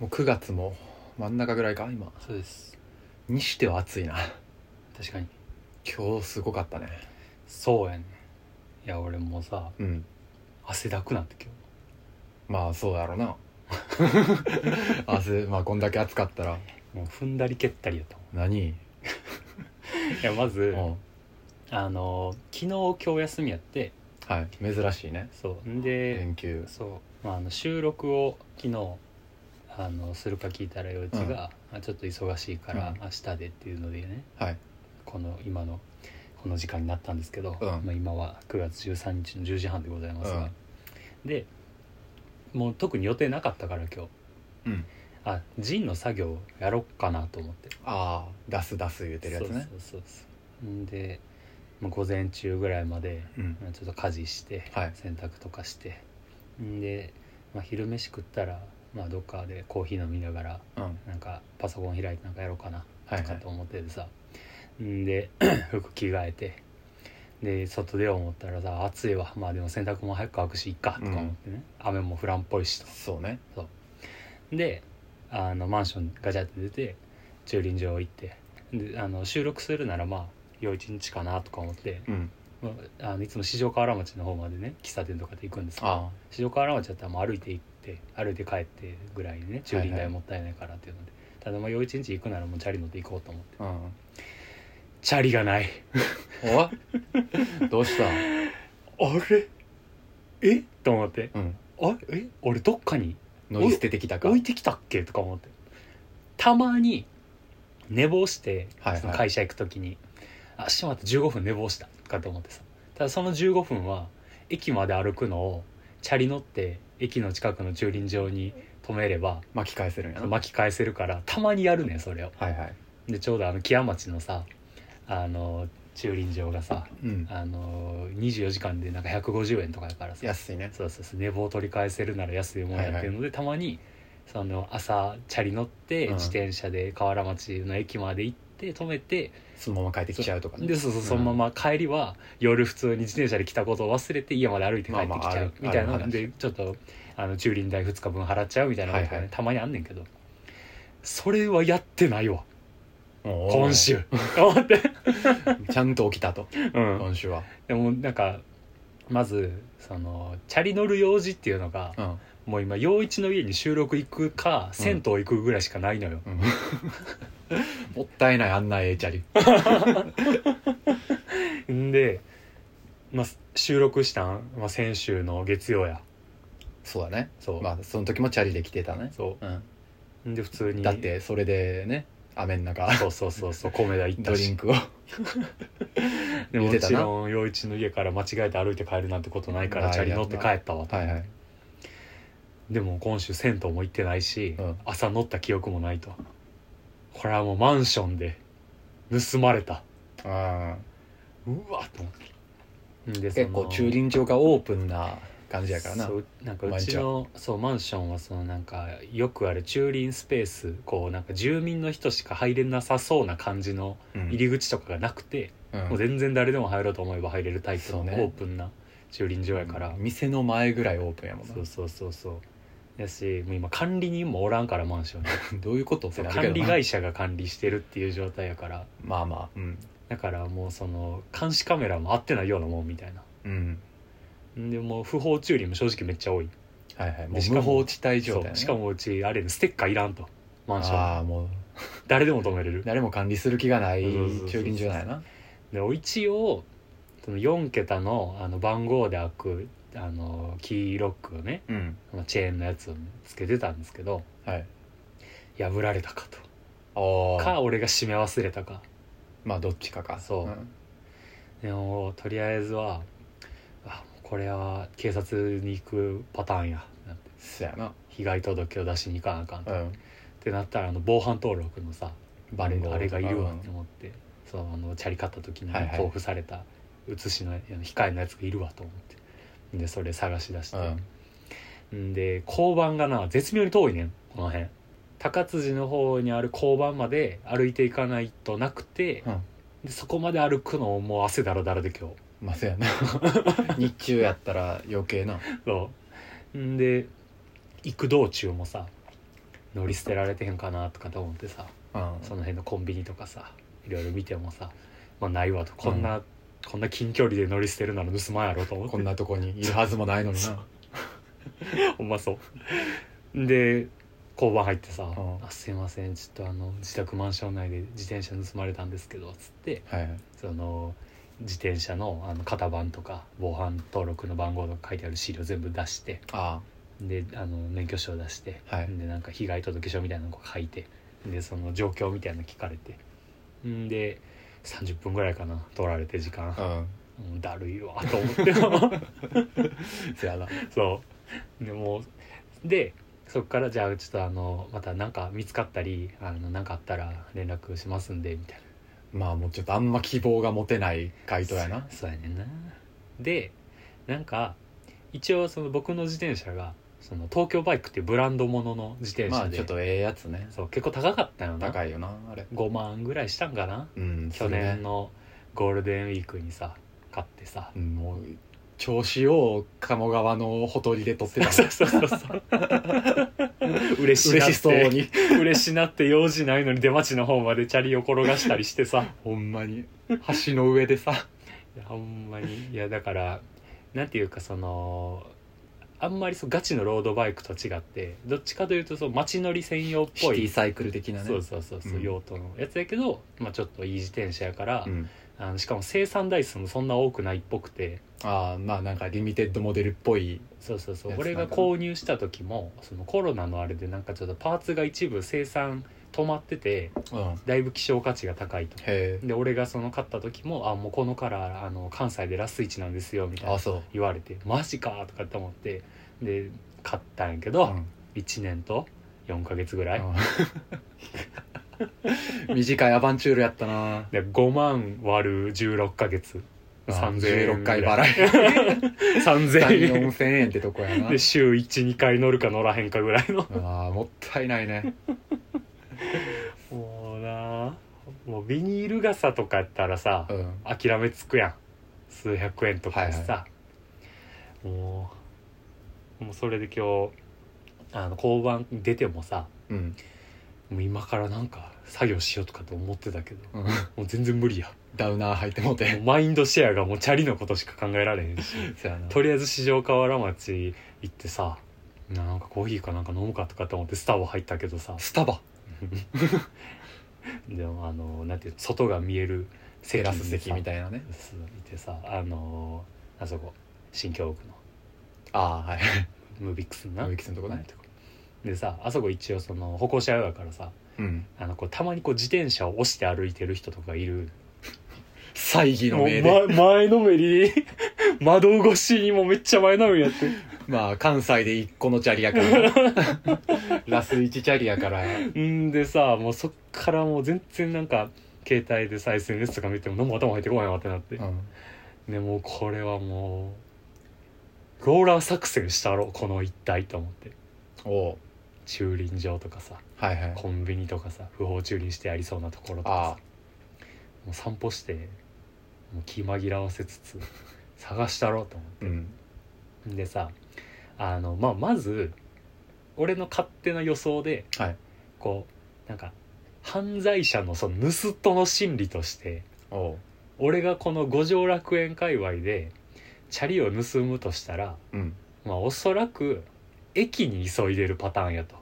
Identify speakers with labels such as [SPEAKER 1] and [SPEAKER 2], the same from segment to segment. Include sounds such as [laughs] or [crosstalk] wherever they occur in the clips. [SPEAKER 1] もう9月も真ん中ぐらいか今
[SPEAKER 2] そうです
[SPEAKER 1] にしては暑いな
[SPEAKER 2] 確かに
[SPEAKER 1] 今日すごかったね
[SPEAKER 2] そうやねいや俺もうさ
[SPEAKER 1] うん
[SPEAKER 2] 汗だくなって今
[SPEAKER 1] まあそうだろうな [laughs] 汗まあこんだけ暑かったら
[SPEAKER 2] 日もう踏んだり蹴ったりやったも
[SPEAKER 1] 何
[SPEAKER 2] んいやま
[SPEAKER 1] う
[SPEAKER 2] ず
[SPEAKER 1] ん
[SPEAKER 2] あの昨日今日休みやって
[SPEAKER 1] はい珍しいね
[SPEAKER 2] そうんで
[SPEAKER 1] 連休
[SPEAKER 2] そう、まあ、あの収録を昨日あのするか聞いたらようちが、
[SPEAKER 1] うん
[SPEAKER 2] まあちょっと忙しいから
[SPEAKER 1] うん
[SPEAKER 2] 明日でっていうのでね
[SPEAKER 1] はい
[SPEAKER 2] この今のこの時間になったんですけど、
[SPEAKER 1] うん
[SPEAKER 2] まあ、今は9月13日の10時半でございますが、でもう特に予定なかったから今日
[SPEAKER 1] うん
[SPEAKER 2] あジンの作業やろっかなと思って
[SPEAKER 1] ああ出す出す言うてるやつね
[SPEAKER 2] そうそうそうそうんで、まあ、午前中ぐらいまで
[SPEAKER 1] うん
[SPEAKER 2] まあちょっと家事して、
[SPEAKER 1] はい
[SPEAKER 2] 洗濯とかしてんで、まあ、昼飯食ったら、まあ、どっかでコーヒー飲みながら
[SPEAKER 1] うん
[SPEAKER 2] なんかパソコン開いてなんかやろうかな
[SPEAKER 1] はいは
[SPEAKER 2] か
[SPEAKER 1] い
[SPEAKER 2] と思っててさ、んで [clears throat] 服着替えてで外出よう思ったらさ暑いわまあでも洗濯も早く乾くしいっかとか思ってね、雨も降らんっぽいしと
[SPEAKER 1] そうね
[SPEAKER 2] であのマンションガチャって出て駐輪場行ってであの収録するならまあ夜一日かなとか思って、
[SPEAKER 1] うん
[SPEAKER 2] まあ、あのいつも四条河原町の方までね喫茶店とかで行くんですけど
[SPEAKER 1] あ
[SPEAKER 2] 四条河原町だったらもう歩いて行って歩いて帰ってぐらいね駐輪
[SPEAKER 1] はいは
[SPEAKER 2] 代
[SPEAKER 1] い
[SPEAKER 2] もったいないからっていうので、ただまあ夜一日行くならもうチャリ乗って行こうと思って
[SPEAKER 1] あうん
[SPEAKER 2] チャリがない [laughs]
[SPEAKER 1] おいどうした
[SPEAKER 2] あれえと思って
[SPEAKER 1] うん
[SPEAKER 2] あえ俺どっかに
[SPEAKER 1] 乗り捨ててきたか
[SPEAKER 2] 置いてきたっけとか思ってたまに寝坊して、
[SPEAKER 1] はいはい
[SPEAKER 2] その会社行く時にあしまって15分寝坊したとかと思ってさただその15分は駅まで歩くのをチャリ乗って駅の近くの駐輪場に止めれば
[SPEAKER 1] 巻き返せるんやな
[SPEAKER 2] 巻き返せるからたまにやるねんそれを
[SPEAKER 1] はいはい
[SPEAKER 2] でちょうどあの木屋町のさあの駐輪場がさ
[SPEAKER 1] うん
[SPEAKER 2] あの24時間でなんか150円とかやからさ
[SPEAKER 1] 安いね
[SPEAKER 2] そうそうそう寝坊取り返せるなら安いもんやっていうので、たまにその朝チャリ乗って
[SPEAKER 1] うん
[SPEAKER 2] 自転車で河原町の駅まで行って止めて、
[SPEAKER 1] そのまま帰ってきちゃうとかね
[SPEAKER 2] でそうそうそのまま帰りは夜普通に自転車で来たことを忘れて家まで歩いて帰ってきちゃうみたい
[SPEAKER 1] まあまああるある
[SPEAKER 2] な
[SPEAKER 1] 話
[SPEAKER 2] でちょっとあの駐輪代2日分払っちゃうみたいなことがね、
[SPEAKER 1] はいはい
[SPEAKER 2] たまにあんねんけどそれはやってないわ
[SPEAKER 1] おー [laughs]
[SPEAKER 2] 今週思って、
[SPEAKER 1] ちゃんと起きたと
[SPEAKER 2] うん、
[SPEAKER 1] 今週は
[SPEAKER 2] でもなんかまずそのチャリ乗る用事っていうのが、
[SPEAKER 1] うん
[SPEAKER 2] もう今陽一の家に収録行くか銭湯行くぐらいしかないのよ、
[SPEAKER 1] うん [laughs] もったいないあんなええチャリ
[SPEAKER 2] ん、で、まあ、収録したん、まあ、先週の月曜や
[SPEAKER 1] そうだね
[SPEAKER 2] そう、
[SPEAKER 1] まあその時もチャリで来てたね、
[SPEAKER 2] そ
[SPEAKER 1] うん、
[SPEAKER 2] うんで普通に
[SPEAKER 1] だってそれでね雨の [laughs] 中
[SPEAKER 2] そうそうそうそう米田行っ
[SPEAKER 1] ド
[SPEAKER 2] た
[SPEAKER 1] リン
[SPEAKER 2] し
[SPEAKER 1] クを
[SPEAKER 2] で
[SPEAKER 1] 言
[SPEAKER 2] も
[SPEAKER 1] ってた
[SPEAKER 2] ち
[SPEAKER 1] な
[SPEAKER 2] ろん陽一の家から間違えて歩いて帰るなんてことないから
[SPEAKER 1] ない
[SPEAKER 2] チ
[SPEAKER 1] や
[SPEAKER 2] ャ
[SPEAKER 1] んな
[SPEAKER 2] リ乗って帰ったわと、
[SPEAKER 1] はいはい
[SPEAKER 2] でも今週銭湯も行ってないし、
[SPEAKER 1] うん
[SPEAKER 2] 朝乗った記憶もないとこれはもうマンションで盗まれた
[SPEAKER 1] あ
[SPEAKER 2] うわっと思ってで
[SPEAKER 1] ー
[SPEAKER 2] その
[SPEAKER 1] 結構駐輪場がオープンな感じやからな
[SPEAKER 2] そうなんかうちのそうマンションはそのなんかよくある駐輪スペースこうなんか住民の人しか入れなさそうな感じの
[SPEAKER 1] 入
[SPEAKER 2] 入り口とかがなくて、もう全然誰でも入ろうと思えば入れるタイプ
[SPEAKER 1] そ
[SPEAKER 2] のオ
[SPEAKER 1] うね
[SPEAKER 2] ープンな駐輪場やから、
[SPEAKER 1] 店の前ぐらいオープンやもんな
[SPEAKER 2] そうそうそうそうやしもう今管理人もおらんからマンショ
[SPEAKER 1] [laughs]
[SPEAKER 2] ンに
[SPEAKER 1] どういうことって
[SPEAKER 2] そう
[SPEAKER 1] な
[SPEAKER 2] 管
[SPEAKER 1] るけ
[SPEAKER 2] 理
[SPEAKER 1] どな
[SPEAKER 2] 会社が管理してるっていう状態やから
[SPEAKER 1] まあまあうん
[SPEAKER 2] だからもうその監視カメラも合ってないようなもんみたいな
[SPEAKER 1] うん
[SPEAKER 2] んでもう不法駐輪も正直めっちゃ多い
[SPEAKER 1] はいはいもう
[SPEAKER 2] でしか
[SPEAKER 1] 無
[SPEAKER 2] も
[SPEAKER 1] 法地帯状
[SPEAKER 2] そ
[SPEAKER 1] 態や
[SPEAKER 2] う
[SPEAKER 1] ね
[SPEAKER 2] しかもうちあれステッカーいらんとマンション
[SPEAKER 1] ああもう
[SPEAKER 2] 誰でも止めれる
[SPEAKER 1] 誰も管理する気がない
[SPEAKER 2] そうそうそうそう
[SPEAKER 1] 駐輪場なんやな
[SPEAKER 2] で一応その4桁のあの番号で開くあのキーロックをね
[SPEAKER 1] うん
[SPEAKER 2] まあチェーンのやつをつけてたんですけど
[SPEAKER 1] はい
[SPEAKER 2] 破られたかと
[SPEAKER 1] ああ
[SPEAKER 2] か俺が閉め忘れたか
[SPEAKER 1] まあどっちかか
[SPEAKER 2] そうでもとりあえずはあこれは警察に行くパターンやなんて
[SPEAKER 1] そやな
[SPEAKER 2] 被害届を出しに行かなあかんと、
[SPEAKER 1] う
[SPEAKER 2] っ
[SPEAKER 1] ん
[SPEAKER 2] てなったらあの防犯登録のさ
[SPEAKER 1] バレ
[SPEAKER 2] あれがいるわって思ってそのあのチャリ買った時に
[SPEAKER 1] はいはい
[SPEAKER 2] 交付された写しのあの控えのやつがいるわと思ってでそれ探し出して、ん、で交番がな絶妙に遠いねんこの辺高辻の方にある交番まで歩いていかないとなくて、
[SPEAKER 1] うん
[SPEAKER 2] でそこまで歩くのをもう汗だらだらで今日
[SPEAKER 1] まあそや [laughs] な日中やったら余計な
[SPEAKER 2] そうんで行く道中もさ乗り捨てられてへんかなとかと思ってさ
[SPEAKER 1] うん
[SPEAKER 2] その辺のコンビニとかさいろいろ見てもさ、まあ、ないわとこんな、こんな近距離で乗り捨てるなら盗まんやろと思って
[SPEAKER 1] こんなとこにいるはずもないのにな
[SPEAKER 2] ほんまそうで交番入ってさ「
[SPEAKER 1] ん
[SPEAKER 2] あすいませんちょっとあの自宅マンション内で自転車盗まれたんですけど」つって
[SPEAKER 1] はい
[SPEAKER 2] その自転車のあの型番とか防犯登録の番号とか書いてある資料全部出して
[SPEAKER 1] あ
[SPEAKER 2] であの免許証出して、
[SPEAKER 1] はい
[SPEAKER 2] でなんか被害届書みたいなのを書いてでその状況みたいなの聞かれてんで30分ぐらいかな取られて時間
[SPEAKER 1] あうん
[SPEAKER 2] もうだるいわと思って [laughs]
[SPEAKER 1] そやな
[SPEAKER 2] そうでもうでそっからじゃあちょっとあのまた何か見つかったりあのなんかあったら連絡しますんでみたい
[SPEAKER 1] まあもうちょっとあんま希望が持てない回答やな
[SPEAKER 2] なそうやねんなでなんか一応その僕の自転車がその東京バイクっていうブランドものの自転
[SPEAKER 1] ま
[SPEAKER 2] 車
[SPEAKER 1] あ
[SPEAKER 2] で、
[SPEAKER 1] ちょっとええやつね
[SPEAKER 2] そう結構高かったよな
[SPEAKER 1] 高いよなあれ
[SPEAKER 2] 5万ぐらいしたんかな
[SPEAKER 1] うん
[SPEAKER 2] 去年のゴールデンウィークにさ買ってさ
[SPEAKER 1] うんもう調子を鴨川のほとりで撮って [laughs] た
[SPEAKER 2] [laughs] そうそうそうそう [laughs] 嬉しいな
[SPEAKER 1] 嬉
[SPEAKER 2] っ
[SPEAKER 1] してそうに
[SPEAKER 2] 嬉しなって用事ないのに出待ちの方までチャリを転がしたりして [laughs] さ
[SPEAKER 1] ほんまに橋の上でさ
[SPEAKER 2] いやほんまにいやだからなんていうかそのあんまりそうガチのロードバイクと違ってどっちかというとそう街乗り専用っ
[SPEAKER 1] [laughs] シ
[SPEAKER 2] ぽ
[SPEAKER 1] ティ
[SPEAKER 2] い
[SPEAKER 1] サイクル的なね
[SPEAKER 2] そうそうそうそう、
[SPEAKER 1] うん
[SPEAKER 2] 用途のやつやけど、まあ、ちょっといい自転車やから、
[SPEAKER 1] うん
[SPEAKER 2] あのしかも生産台数もそんな多くないっぽくて
[SPEAKER 1] ああまあなんかリミテッドモデルっぽい
[SPEAKER 2] そうそうそう
[SPEAKER 1] やつ
[SPEAKER 2] 俺が購入した時もそのコロナのあれでなんかちょっとパーツが一部生産止まってて
[SPEAKER 1] うんへ
[SPEAKER 2] だいぶ希少価値が高いと
[SPEAKER 1] え
[SPEAKER 2] で俺がその買った時も「あもうこのカラーあの関西でラスイチなんですよ」みたい
[SPEAKER 1] あ
[SPEAKER 2] な
[SPEAKER 1] そう
[SPEAKER 2] 言われて「マジか!」とかって思ってで買ったんやけど、
[SPEAKER 1] うん
[SPEAKER 2] 1年と4ヶ月ぐらい、
[SPEAKER 1] うん [laughs] 短いアバンチュールやったな
[SPEAKER 2] で5万割る16ヶ月3000
[SPEAKER 1] 16
[SPEAKER 2] 円
[SPEAKER 1] 回
[SPEAKER 2] ぐら
[SPEAKER 1] 払
[SPEAKER 2] [laughs]
[SPEAKER 1] い
[SPEAKER 2] 3000
[SPEAKER 1] 3
[SPEAKER 2] 円
[SPEAKER 1] 4000円ってとこやな
[SPEAKER 2] で週12回乗るか乗らへんかぐらいの
[SPEAKER 1] あーもったいないね
[SPEAKER 2] もうなもうビニール傘とかやったらさ、
[SPEAKER 1] うん
[SPEAKER 2] 諦めつくやん数百円とかでさ、もうもうそれで今日あの交番出てもさ
[SPEAKER 1] うん
[SPEAKER 2] もう今からなんか作業しようとかって思ってたけど
[SPEAKER 1] うん
[SPEAKER 2] もう全然無理や
[SPEAKER 1] ダウナー履いてもう
[SPEAKER 2] もう
[SPEAKER 1] て
[SPEAKER 2] マインドシェアがもうチャリのことしか考えられへんし
[SPEAKER 1] そやな
[SPEAKER 2] とりあえず四条河原町行ってさなんかコーヒーかなんか飲むかとかって思ってスタバ入ったけどさ
[SPEAKER 1] スタバ
[SPEAKER 2] でもあのなんていうの外が見える
[SPEAKER 1] テラス席み
[SPEAKER 2] い
[SPEAKER 1] たいなね
[SPEAKER 2] いてさあのあそこ新京区の
[SPEAKER 1] ああはい
[SPEAKER 2] ムービックスな
[SPEAKER 1] 植木さんのとこね
[SPEAKER 2] でさあそこ一応その歩行者用やからさ
[SPEAKER 1] うん
[SPEAKER 2] あのこうたまにこう自転車を押して歩いてる人とかいる
[SPEAKER 1] 猜疑の
[SPEAKER 2] もう
[SPEAKER 1] 命で
[SPEAKER 2] ま前のめり [laughs] 窓越しにもめっちゃ前のめりやって
[SPEAKER 1] まあ関西で一個のチャリやから
[SPEAKER 2] [laughs]
[SPEAKER 1] ラス1チャリやから
[SPEAKER 2] んでさもうそっからもう全然なんか携帯でさ SNS とか見ても何も頭入ってこないわってなって、
[SPEAKER 1] う
[SPEAKER 2] でもうこれはもうローラー作戦したろこの一帯と思って
[SPEAKER 1] んおう
[SPEAKER 2] 駐輪場とかさ
[SPEAKER 1] はいはい
[SPEAKER 2] コンビニとかさ不法駐輪してありそうなところと
[SPEAKER 1] ああ
[SPEAKER 2] かさもう散歩してもう気紛らわせつ [laughs] つ探したろうと思
[SPEAKER 1] うん
[SPEAKER 2] ってでさあの、まあ、まず俺の勝手な予想で
[SPEAKER 1] はい
[SPEAKER 2] こうなんか犯罪者のその盗人の心理として
[SPEAKER 1] おう
[SPEAKER 2] 俺がこの五条楽園界隈でチャリを盗むとしたら、
[SPEAKER 1] うん
[SPEAKER 2] まあ、おそらく駅に急いでるパターンやと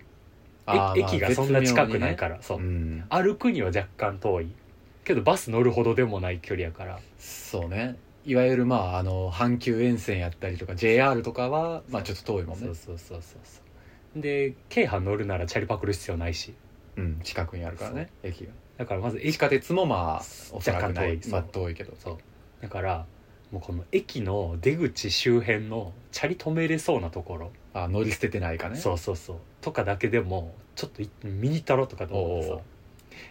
[SPEAKER 1] あー
[SPEAKER 2] え
[SPEAKER 1] まあ
[SPEAKER 2] 駅がそんな近く
[SPEAKER 1] 絶妙
[SPEAKER 2] ない
[SPEAKER 1] にね
[SPEAKER 2] から、そう
[SPEAKER 1] うん
[SPEAKER 2] 歩くには若干遠いけどバス乗るほどでもない距離やから
[SPEAKER 1] そうねいわゆるまああの阪急沿線やったりとか JR とかはまあちょっと遠いもん
[SPEAKER 2] そ
[SPEAKER 1] ね
[SPEAKER 2] うそうそうそうそうで京阪乗るならチャリパクる必要ないし
[SPEAKER 1] うん近くにあるからね駅が
[SPEAKER 2] だからまず
[SPEAKER 1] 地
[SPEAKER 2] 駅
[SPEAKER 1] 下鉄もまあおそらくな
[SPEAKER 2] 若
[SPEAKER 1] い
[SPEAKER 2] 干遠い
[SPEAKER 1] まあ遠いけど
[SPEAKER 2] そうだからもうこの駅の出口周辺のチャリ止めれそうなところ、
[SPEAKER 1] あ乗り捨ててないかね
[SPEAKER 2] そうそうそうとかだけでもちょっとい見に行ったろとかと思って
[SPEAKER 1] お
[SPEAKER 2] さ
[SPEAKER 1] うおう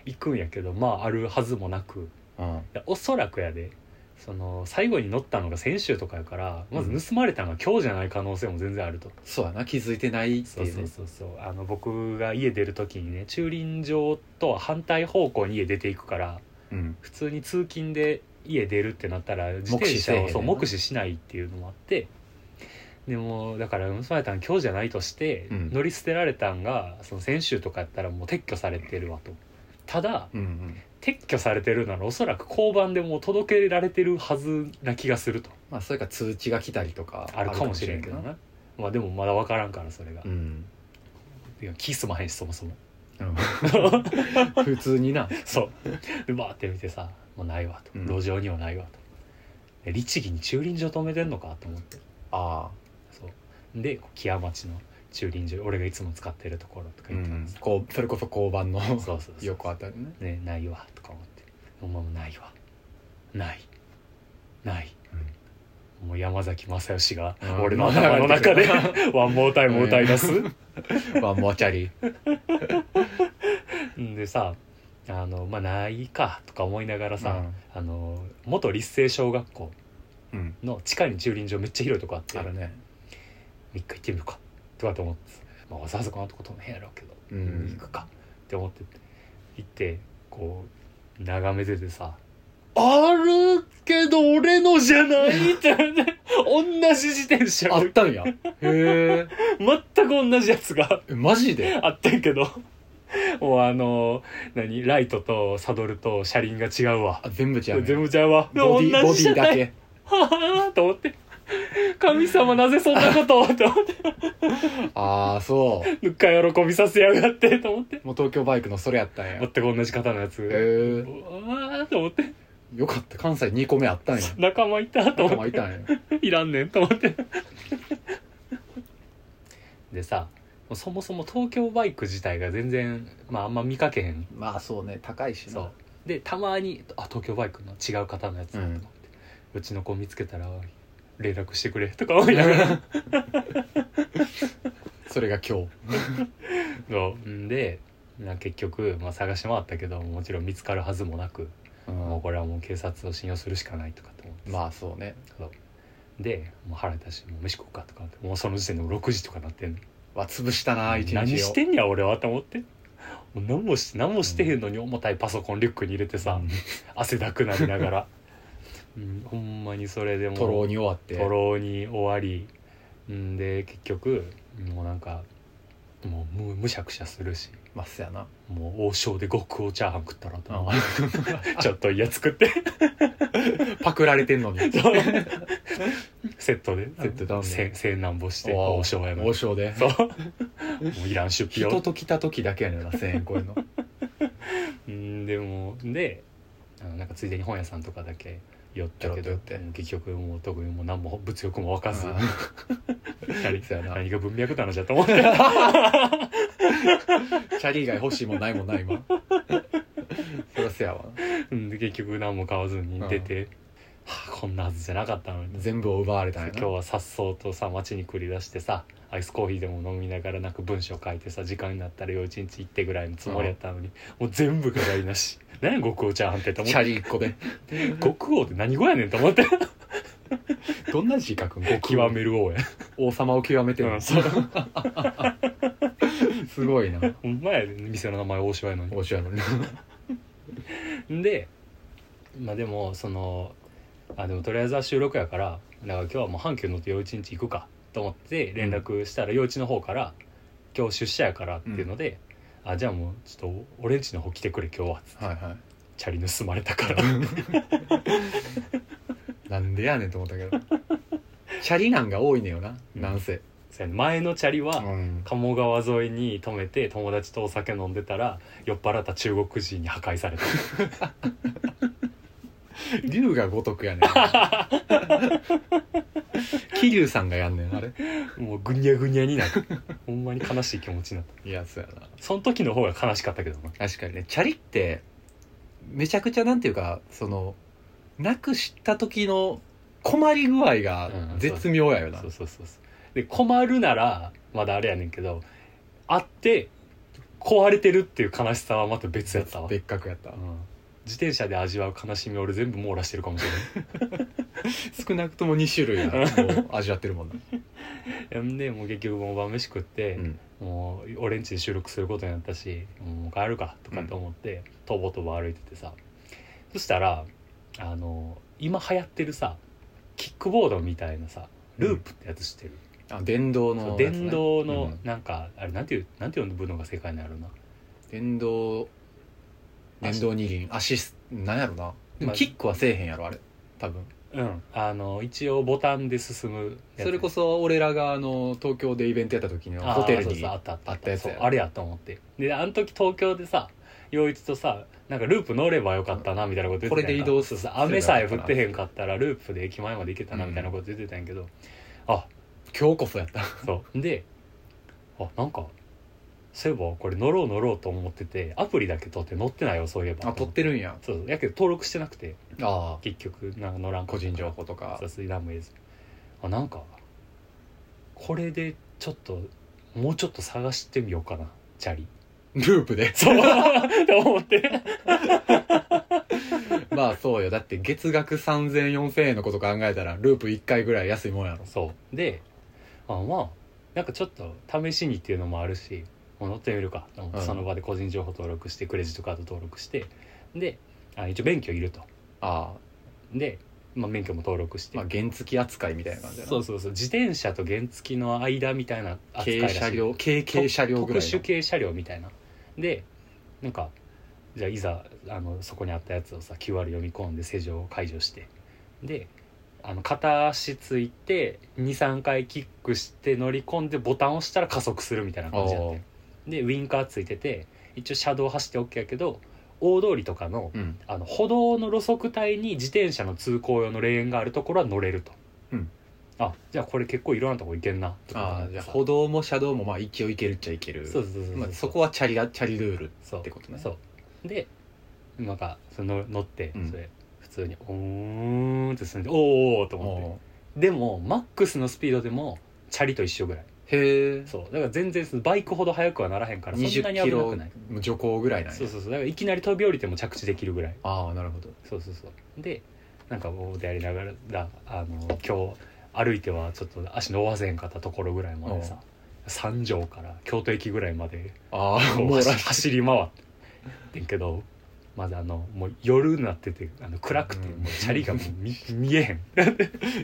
[SPEAKER 2] 行くんやけどまああるはずもなくい
[SPEAKER 1] うん
[SPEAKER 2] やおそらくやでその最後に乗ったのが先週とかやからまず盗まれたのが今日じゃない可能性も全然あると。
[SPEAKER 1] そうやな気づいてないって
[SPEAKER 2] そ
[SPEAKER 1] いううね
[SPEAKER 2] そうそうそうあの僕が家出る時にね駐輪場とは反対方向に家出ていくから
[SPEAKER 1] うん
[SPEAKER 2] 普通に通勤で家出るってなったら自
[SPEAKER 1] 目
[SPEAKER 2] 転
[SPEAKER 1] 視せえへんねん
[SPEAKER 2] 車を
[SPEAKER 1] な
[SPEAKER 2] そう目視しないっていうのもあってでもだから盗まれたん今日じゃないとして、
[SPEAKER 1] うん
[SPEAKER 2] 乗り捨てられたんがその先週とかやったらもう撤去されてるわとただ
[SPEAKER 1] うんうん
[SPEAKER 2] 撤去されてるならおそらく交番でもう届けられてるはずな気がすると
[SPEAKER 1] まあそれか通知が来たりとか
[SPEAKER 2] あるかもしれんけどなまあでもまだ分からんからそれが、
[SPEAKER 1] うん、
[SPEAKER 2] いやキスまへんしそもそも
[SPEAKER 1] うん [laughs] 普通にな
[SPEAKER 2] そうでバーって見てさもうないわと
[SPEAKER 1] うん
[SPEAKER 2] 路上にはないわと、で律儀に駐輪場止めてんのかと思って
[SPEAKER 1] ああ、
[SPEAKER 2] そうで木屋町の駐輪場俺がいつも使ってるところとか
[SPEAKER 1] う
[SPEAKER 2] 言ってたん
[SPEAKER 1] ん
[SPEAKER 2] です、、
[SPEAKER 1] こうそれこそ交番の
[SPEAKER 2] そうそうそう
[SPEAKER 1] 横あたりね
[SPEAKER 2] ね、ないわとか思って「お前もないわないない」もう山崎正義が
[SPEAKER 1] うん
[SPEAKER 2] 俺の頭の
[SPEAKER 1] [laughs]
[SPEAKER 2] 中で「ワンモータイム」を歌い出す、
[SPEAKER 1] ワンモアチャリ
[SPEAKER 2] でさあのまあないかとか思いながらさ、あの元立成小学校
[SPEAKER 1] うんうん、
[SPEAKER 2] の地下に駐輪場めっちゃ広いとこあって
[SPEAKER 1] あるね
[SPEAKER 2] 一回行ってみるかとかと思って、まあ、わざわざこんなとこ飛んへんやろうけど、
[SPEAKER 1] うん
[SPEAKER 2] 行くかって思って行ってこう眺めててさ「あるけど俺のじゃ [laughs] ない」って同じ自転車
[SPEAKER 1] あったん [laughs] やへえ
[SPEAKER 2] 全く同じやつが [laughs]
[SPEAKER 1] えマジで
[SPEAKER 2] あったんやけどもうあの何ライトとサドルと車輪が違うわ
[SPEAKER 1] あ全部違う、ね、
[SPEAKER 2] 全部ちゃうわ
[SPEAKER 1] ボディ
[SPEAKER 2] 同
[SPEAKER 1] ボ
[SPEAKER 2] じ
[SPEAKER 1] デ
[SPEAKER 2] じゃ
[SPEAKER 1] ィ
[SPEAKER 2] な
[SPEAKER 1] だ
[SPEAKER 2] い
[SPEAKER 1] け
[SPEAKER 2] ははーと思って神様なぜそんなことをと思って
[SPEAKER 1] ああそ [laughs]
[SPEAKER 2] ぬか喜びさせやがってと思って
[SPEAKER 1] うもう東京バイクのそれやったんや
[SPEAKER 2] 全
[SPEAKER 1] へ
[SPEAKER 2] く同じ方のやつう
[SPEAKER 1] え
[SPEAKER 2] わーと思って
[SPEAKER 1] よかった関西2個目あったんや
[SPEAKER 2] 仲間いた
[SPEAKER 1] 仲
[SPEAKER 2] と思っ
[SPEAKER 1] 間い
[SPEAKER 2] て
[SPEAKER 1] たんや
[SPEAKER 2] いらんねんと思って [laughs] でさそもそも東京バイク自体が全然まああんま見かけへん
[SPEAKER 1] [laughs] まあそうね高いしな
[SPEAKER 2] そうでたまにあ東京バイクの違う方のやつだと思って、うちの子見つけたら連絡してくれとか思いながら
[SPEAKER 1] [laughs] それが今日
[SPEAKER 2] [laughs] そうんでまあ結局、まあ、探して回ったけどもちろん見つかるはずもなく、もうこれはもう警察を信用するしかないとかと思って
[SPEAKER 1] まあそうね
[SPEAKER 2] でもう腹立たしもう飯食おうかとか思ってもうその時点でもう6時とかなってんの
[SPEAKER 1] は潰したな一日を
[SPEAKER 2] 何してんねや俺はと思ってもう何もし何もしてへんのに重たいパソコンリュックに入れてさ、
[SPEAKER 1] うん
[SPEAKER 2] 汗だくなりながら、 [laughs] うん、ほんまにそれでもう
[SPEAKER 1] とろうに終わって
[SPEAKER 2] とろうに終わりんで結局もうなんかもうむむしゃくしゃするし
[SPEAKER 1] まっすやな
[SPEAKER 2] もう王将で極王チャーハン食ったらと思って [laughs] ちょっといや作って
[SPEAKER 1] [laughs] パクられてんの
[SPEAKER 2] [laughs]
[SPEAKER 1] に
[SPEAKER 2] セットで
[SPEAKER 1] セットダウンで
[SPEAKER 2] せ千何ぼして
[SPEAKER 1] おー
[SPEAKER 2] 王将やの
[SPEAKER 1] 王将で
[SPEAKER 2] そう
[SPEAKER 1] [laughs]
[SPEAKER 2] もういらん出費
[SPEAKER 1] 人
[SPEAKER 2] を
[SPEAKER 1] と来た時だけやねんな1000円超え
[SPEAKER 2] [laughs]
[SPEAKER 1] の
[SPEAKER 2] うんでもであのなんかついでに本屋さんとかだけ寄ったけ
[SPEAKER 1] ちょ
[SPEAKER 2] ど
[SPEAKER 1] ろっと寄って
[SPEAKER 2] うん結局もう特にもう何も物欲も湧かず
[SPEAKER 1] うん
[SPEAKER 2] 何
[SPEAKER 1] そうやな
[SPEAKER 2] [laughs] 何が文脈なのじゃと
[SPEAKER 1] [laughs]
[SPEAKER 2] 思って
[SPEAKER 1] チャリ以外欲しいもんないもんな
[SPEAKER 2] [laughs]
[SPEAKER 1] 今そりゃせやわ
[SPEAKER 2] うんで結局何も買わずに出て、はあこんなはずじゃなかったのに
[SPEAKER 1] 全部を奪われたん
[SPEAKER 2] 今
[SPEAKER 1] やな
[SPEAKER 2] 日はさっそうとさ街に繰り出してさアイスコーヒーでも飲みながらなんか文章書いてさ時間になったら一日行ってぐらいのつもりやったのに、もう全部が台なし [laughs] 何や極王ちゃんってと思
[SPEAKER 1] チ
[SPEAKER 2] って
[SPEAKER 1] ャリ1個で
[SPEAKER 2] 極王って何語やねんと思って
[SPEAKER 1] どんな字書くん
[SPEAKER 2] 極める王や
[SPEAKER 1] 王様を極めてる
[SPEAKER 2] うんそう
[SPEAKER 1] [laughs] すごいな
[SPEAKER 2] ほんまやね店の名前大島やの
[SPEAKER 1] 面白いのに
[SPEAKER 2] にでまあでもそのあでもとりあえずは収録やからだから今日はもう阪急乗って陽一日行くかと思って連絡したら陽一の方から「今日出社やから」っていうので「あじゃあもうちょっと俺んちの方来てくれ今日は」
[SPEAKER 1] はいは
[SPEAKER 2] チャリ盗まれたから
[SPEAKER 1] いなんでやねんと思ったけどチャリなんが多いねよな、
[SPEAKER 2] うん
[SPEAKER 1] なんせ、
[SPEAKER 2] そうやね前のチャリは、
[SPEAKER 1] ん、
[SPEAKER 2] 鴨川沿いに止めて友達とお酒飲んでたら酔っ払った中国人に破壊された
[SPEAKER 1] 竜が如くやねん桐生さんがやんねんあれ
[SPEAKER 2] もうぐにゃぐにゃにな [laughs] るほんまに悲しい気持ちになった
[SPEAKER 1] いやそうやな
[SPEAKER 2] その時の方が悲しかったけどな
[SPEAKER 1] 確かにねチャリってめちゃくちゃなんていうかそのなくした時の困り具合が
[SPEAKER 2] うん
[SPEAKER 1] 絶妙やよな、
[SPEAKER 2] そうそうそうそうで困るならまだあれやねんけどあって壊れてるっていう悲しさはまた別やったわ、うん、
[SPEAKER 1] 別格やった
[SPEAKER 2] 自転車で味わう悲しみを俺全部網羅してるかもしれない
[SPEAKER 1] 少なくとも2種類はもう味わってるもんな、 [laughs]
[SPEAKER 2] んでもう結局もう晩飯食って、
[SPEAKER 1] うん
[SPEAKER 2] もう俺ん家で収録することになったしもう帰るかとかと思って、とぼとぼ歩いててさそしたらあの今流行ってるさキックボードみたいなさループってやつ知ってる、
[SPEAKER 1] あ電動
[SPEAKER 2] そう
[SPEAKER 1] のやつね、
[SPEAKER 2] 電動の
[SPEAKER 1] うん
[SPEAKER 2] なんか、あれなんていうなんて呼ぶのが正解なんやろうな
[SPEAKER 1] 電動電動二輪アシスなんやろなでも
[SPEAKER 2] まあ
[SPEAKER 1] キックはせえへんやろあれ多分
[SPEAKER 2] うんあの一応ボタンで進むやつ
[SPEAKER 1] それこそ俺らがあの東京でイベントやった時の
[SPEAKER 2] あー
[SPEAKER 1] ホテル
[SPEAKER 2] そう
[SPEAKER 1] に
[SPEAKER 2] そうあったあった
[SPEAKER 1] あったやつ
[SPEAKER 2] そう
[SPEAKER 1] や
[SPEAKER 2] あれやと思ってであの時東京でさ陽一とさなんかループ乗ればよかったなみたいなこと言ってたやん
[SPEAKER 1] これで移
[SPEAKER 2] か
[SPEAKER 1] 動
[SPEAKER 2] そうそ
[SPEAKER 1] すれ
[SPEAKER 2] う
[SPEAKER 1] ばよかったな
[SPEAKER 2] 雨さえ降ってへんかったらループで駅前まで行けたなみたいなこと言ってたんやけど、あ
[SPEAKER 1] 今日こそやった
[SPEAKER 2] そうであなんかそういえばこれ乗ろう乗ろうと思っててアプリだけ取って乗ってないよそういえば
[SPEAKER 1] あ撮ってるんや
[SPEAKER 2] そうやけど登録してなくて
[SPEAKER 1] あ
[SPEAKER 2] 結局なんか乗らん
[SPEAKER 1] あ
[SPEAKER 2] かった
[SPEAKER 1] 個人情報とか
[SPEAKER 2] さすがもえずあなんかこれでちょっともうちょっと探してみようかなチャリ
[SPEAKER 1] ループで [laughs]
[SPEAKER 2] そうと思って
[SPEAKER 1] まあそうよだって月額30004000円のこと考えたらループ1回ぐらい安いもんやろ
[SPEAKER 2] そうであまあなんかちょっと試しにっていうのもあるしもう乗ってみるかと思って
[SPEAKER 1] うん
[SPEAKER 2] その場で個人情報登録してクレジットカード登録してであ一応免許いると
[SPEAKER 1] あ
[SPEAKER 2] で、まあ、免許も登録し
[SPEAKER 1] あ
[SPEAKER 2] て、
[SPEAKER 1] まあ原付扱いみたいな感じやな
[SPEAKER 2] そうそうそう自転車と原付の間みたいな扱いら
[SPEAKER 1] 軽
[SPEAKER 2] しい
[SPEAKER 1] 車両軽軽車両ぐらいの
[SPEAKER 2] 特殊軽車両みたいなでなんかじゃあいざあのそこにあったやつをさ QR 読み込んで施錠を解除してであの片足ついて23回キックして乗り込んでボタンを押したら加速するみたいな感じやっ
[SPEAKER 1] お
[SPEAKER 2] てでウインカーついてて一応車道走って OK やけど大通りとかの
[SPEAKER 1] うん
[SPEAKER 2] あの歩道の路側帯に自転車の通行用のレーンがあるところは乗れると、
[SPEAKER 1] うん
[SPEAKER 2] あじゃあこれ結構いろんなとこ行けんなとか
[SPEAKER 1] ああじゃあ歩道も車道もまあ一応いけるっちゃいける
[SPEAKER 2] そうそうそうそう、
[SPEAKER 1] まあ、そこはチャリがチャリルール
[SPEAKER 2] そう
[SPEAKER 1] ってことね
[SPEAKER 2] そうでなんかその乗って、
[SPEAKER 1] うん
[SPEAKER 2] それ普通に「おーん」って進んで「おーおー」と思っ
[SPEAKER 1] お
[SPEAKER 2] てでもマックスのスピードでもチャリと一緒ぐらい
[SPEAKER 1] ーへえ
[SPEAKER 2] そうだから全然そのバイクほど速くはならへんからそんな
[SPEAKER 1] 20
[SPEAKER 2] に
[SPEAKER 1] キ
[SPEAKER 2] 危な
[SPEAKER 1] ロ
[SPEAKER 2] くない
[SPEAKER 1] 徐行ぐらいなんや
[SPEAKER 2] そうそうそうだからいきなり飛び降りても着地できるぐらい
[SPEAKER 1] ああなるほど
[SPEAKER 2] そうそうそうでなんかもうでやりながらだあの今日歩いてはちょっと足の負わせへんかったところぐらいまでさ三条から京都駅ぐらいまで
[SPEAKER 1] ああ
[SPEAKER 2] こう
[SPEAKER 1] もう
[SPEAKER 2] 走
[SPEAKER 1] ら
[SPEAKER 2] 走り回ってんけどまだあのもう夜になっててあの暗くて、
[SPEAKER 1] うん
[SPEAKER 2] もうチャリがもう
[SPEAKER 1] [laughs]
[SPEAKER 2] 見見えへん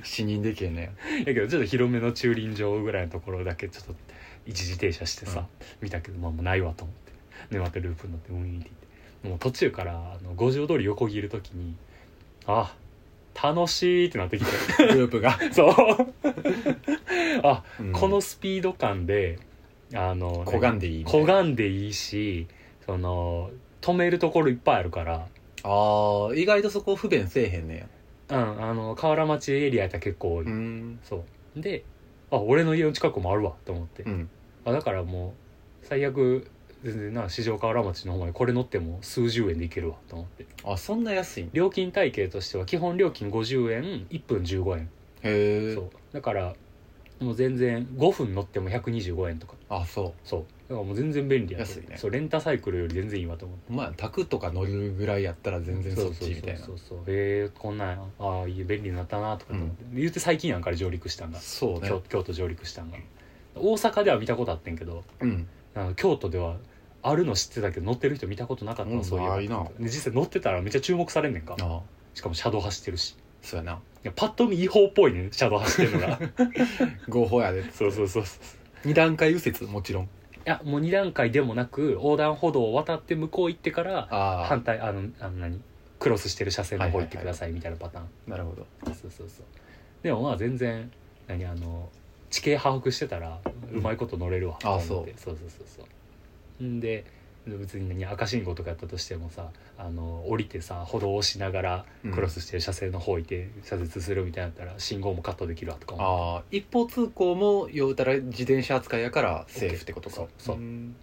[SPEAKER 1] 死人でけえ [laughs] ね
[SPEAKER 2] やけどちょっと広めの駐輪場ぐらいのところだけちょっと一時停車してさ、見たけどまあもうないわと思ってでまたループになってウィーンって行ってもう途中からあの五条通り横切る時にあ楽しいってなって
[SPEAKER 1] [laughs]
[SPEAKER 2] きて
[SPEAKER 1] グループが、
[SPEAKER 2] そうあ、
[SPEAKER 1] うん
[SPEAKER 2] このスピード感であの
[SPEAKER 1] こがんでいいみたい
[SPEAKER 2] 焦
[SPEAKER 1] な
[SPEAKER 2] がんでいいしその止めるところいっぱいあるから、
[SPEAKER 1] ああ意外とそこ不便せえへんね
[SPEAKER 2] うん、あの河原町エリアやったら結構多い、
[SPEAKER 1] やうん
[SPEAKER 2] そうであ俺の家の近くもあるわと思って、
[SPEAKER 1] うん
[SPEAKER 2] あだからもう最悪全然な市場河原町の方までこれ乗っても数十円で行けるわと思って
[SPEAKER 1] あそんな安いんへ
[SPEAKER 2] 料金体系としては基本料金50円1分15円、
[SPEAKER 1] え
[SPEAKER 2] そうだからもう全然5分乗っても125円とか
[SPEAKER 1] あそう
[SPEAKER 2] そうだからもう全然便利やと
[SPEAKER 1] 安いね
[SPEAKER 2] そうレンタサイクルより全然いいわと思って
[SPEAKER 1] お前宅とか乗るぐらいやったら全然そっちみたいな
[SPEAKER 2] そうそうそうそうへえこんなんやああいい便利になったなとかと思って、言って最近やんから上陸したんが、
[SPEAKER 1] そうね
[SPEAKER 2] 京京都上陸したんが大阪では見たことあってんけど
[SPEAKER 1] うん
[SPEAKER 2] あの京都ではあるの知ってたけど乗ってる人見たことなかったの、
[SPEAKER 1] うん
[SPEAKER 2] そういえば
[SPEAKER 1] ないな
[SPEAKER 2] で実際乗ってたらめっちゃ注目されんねんか
[SPEAKER 1] ああ
[SPEAKER 2] しかも車道走ってるし
[SPEAKER 1] そうやない
[SPEAKER 2] やパッと見違法っぽいね車道走ってる
[SPEAKER 1] [laughs]
[SPEAKER 2] のが
[SPEAKER 1] 合法やで
[SPEAKER 2] そうそうそうそう
[SPEAKER 1] 二段階右折もちろん
[SPEAKER 2] いやもう2段階でもなく横断歩道を渡って向こう行ってから
[SPEAKER 1] あ
[SPEAKER 2] 反対あのあの何クロスしてる車線の方行ってくださいみたいなパターン、
[SPEAKER 1] なるほど
[SPEAKER 2] そうそうそうでもまあ全然何あの地形把握してたら
[SPEAKER 1] うん
[SPEAKER 2] うまいこと乗れるわと
[SPEAKER 1] あ
[SPEAKER 2] 思って、そうそうそうそうんで別に何赤信号とかやったとしてもさあの降りてさ歩道をしながら
[SPEAKER 1] うん
[SPEAKER 2] クロスしてる車線の方行って左折するみたいになったら信号もカットできるわとかも
[SPEAKER 1] ああ一方通行も言うたら自転車扱いやからセーフってことか
[SPEAKER 2] そうそうん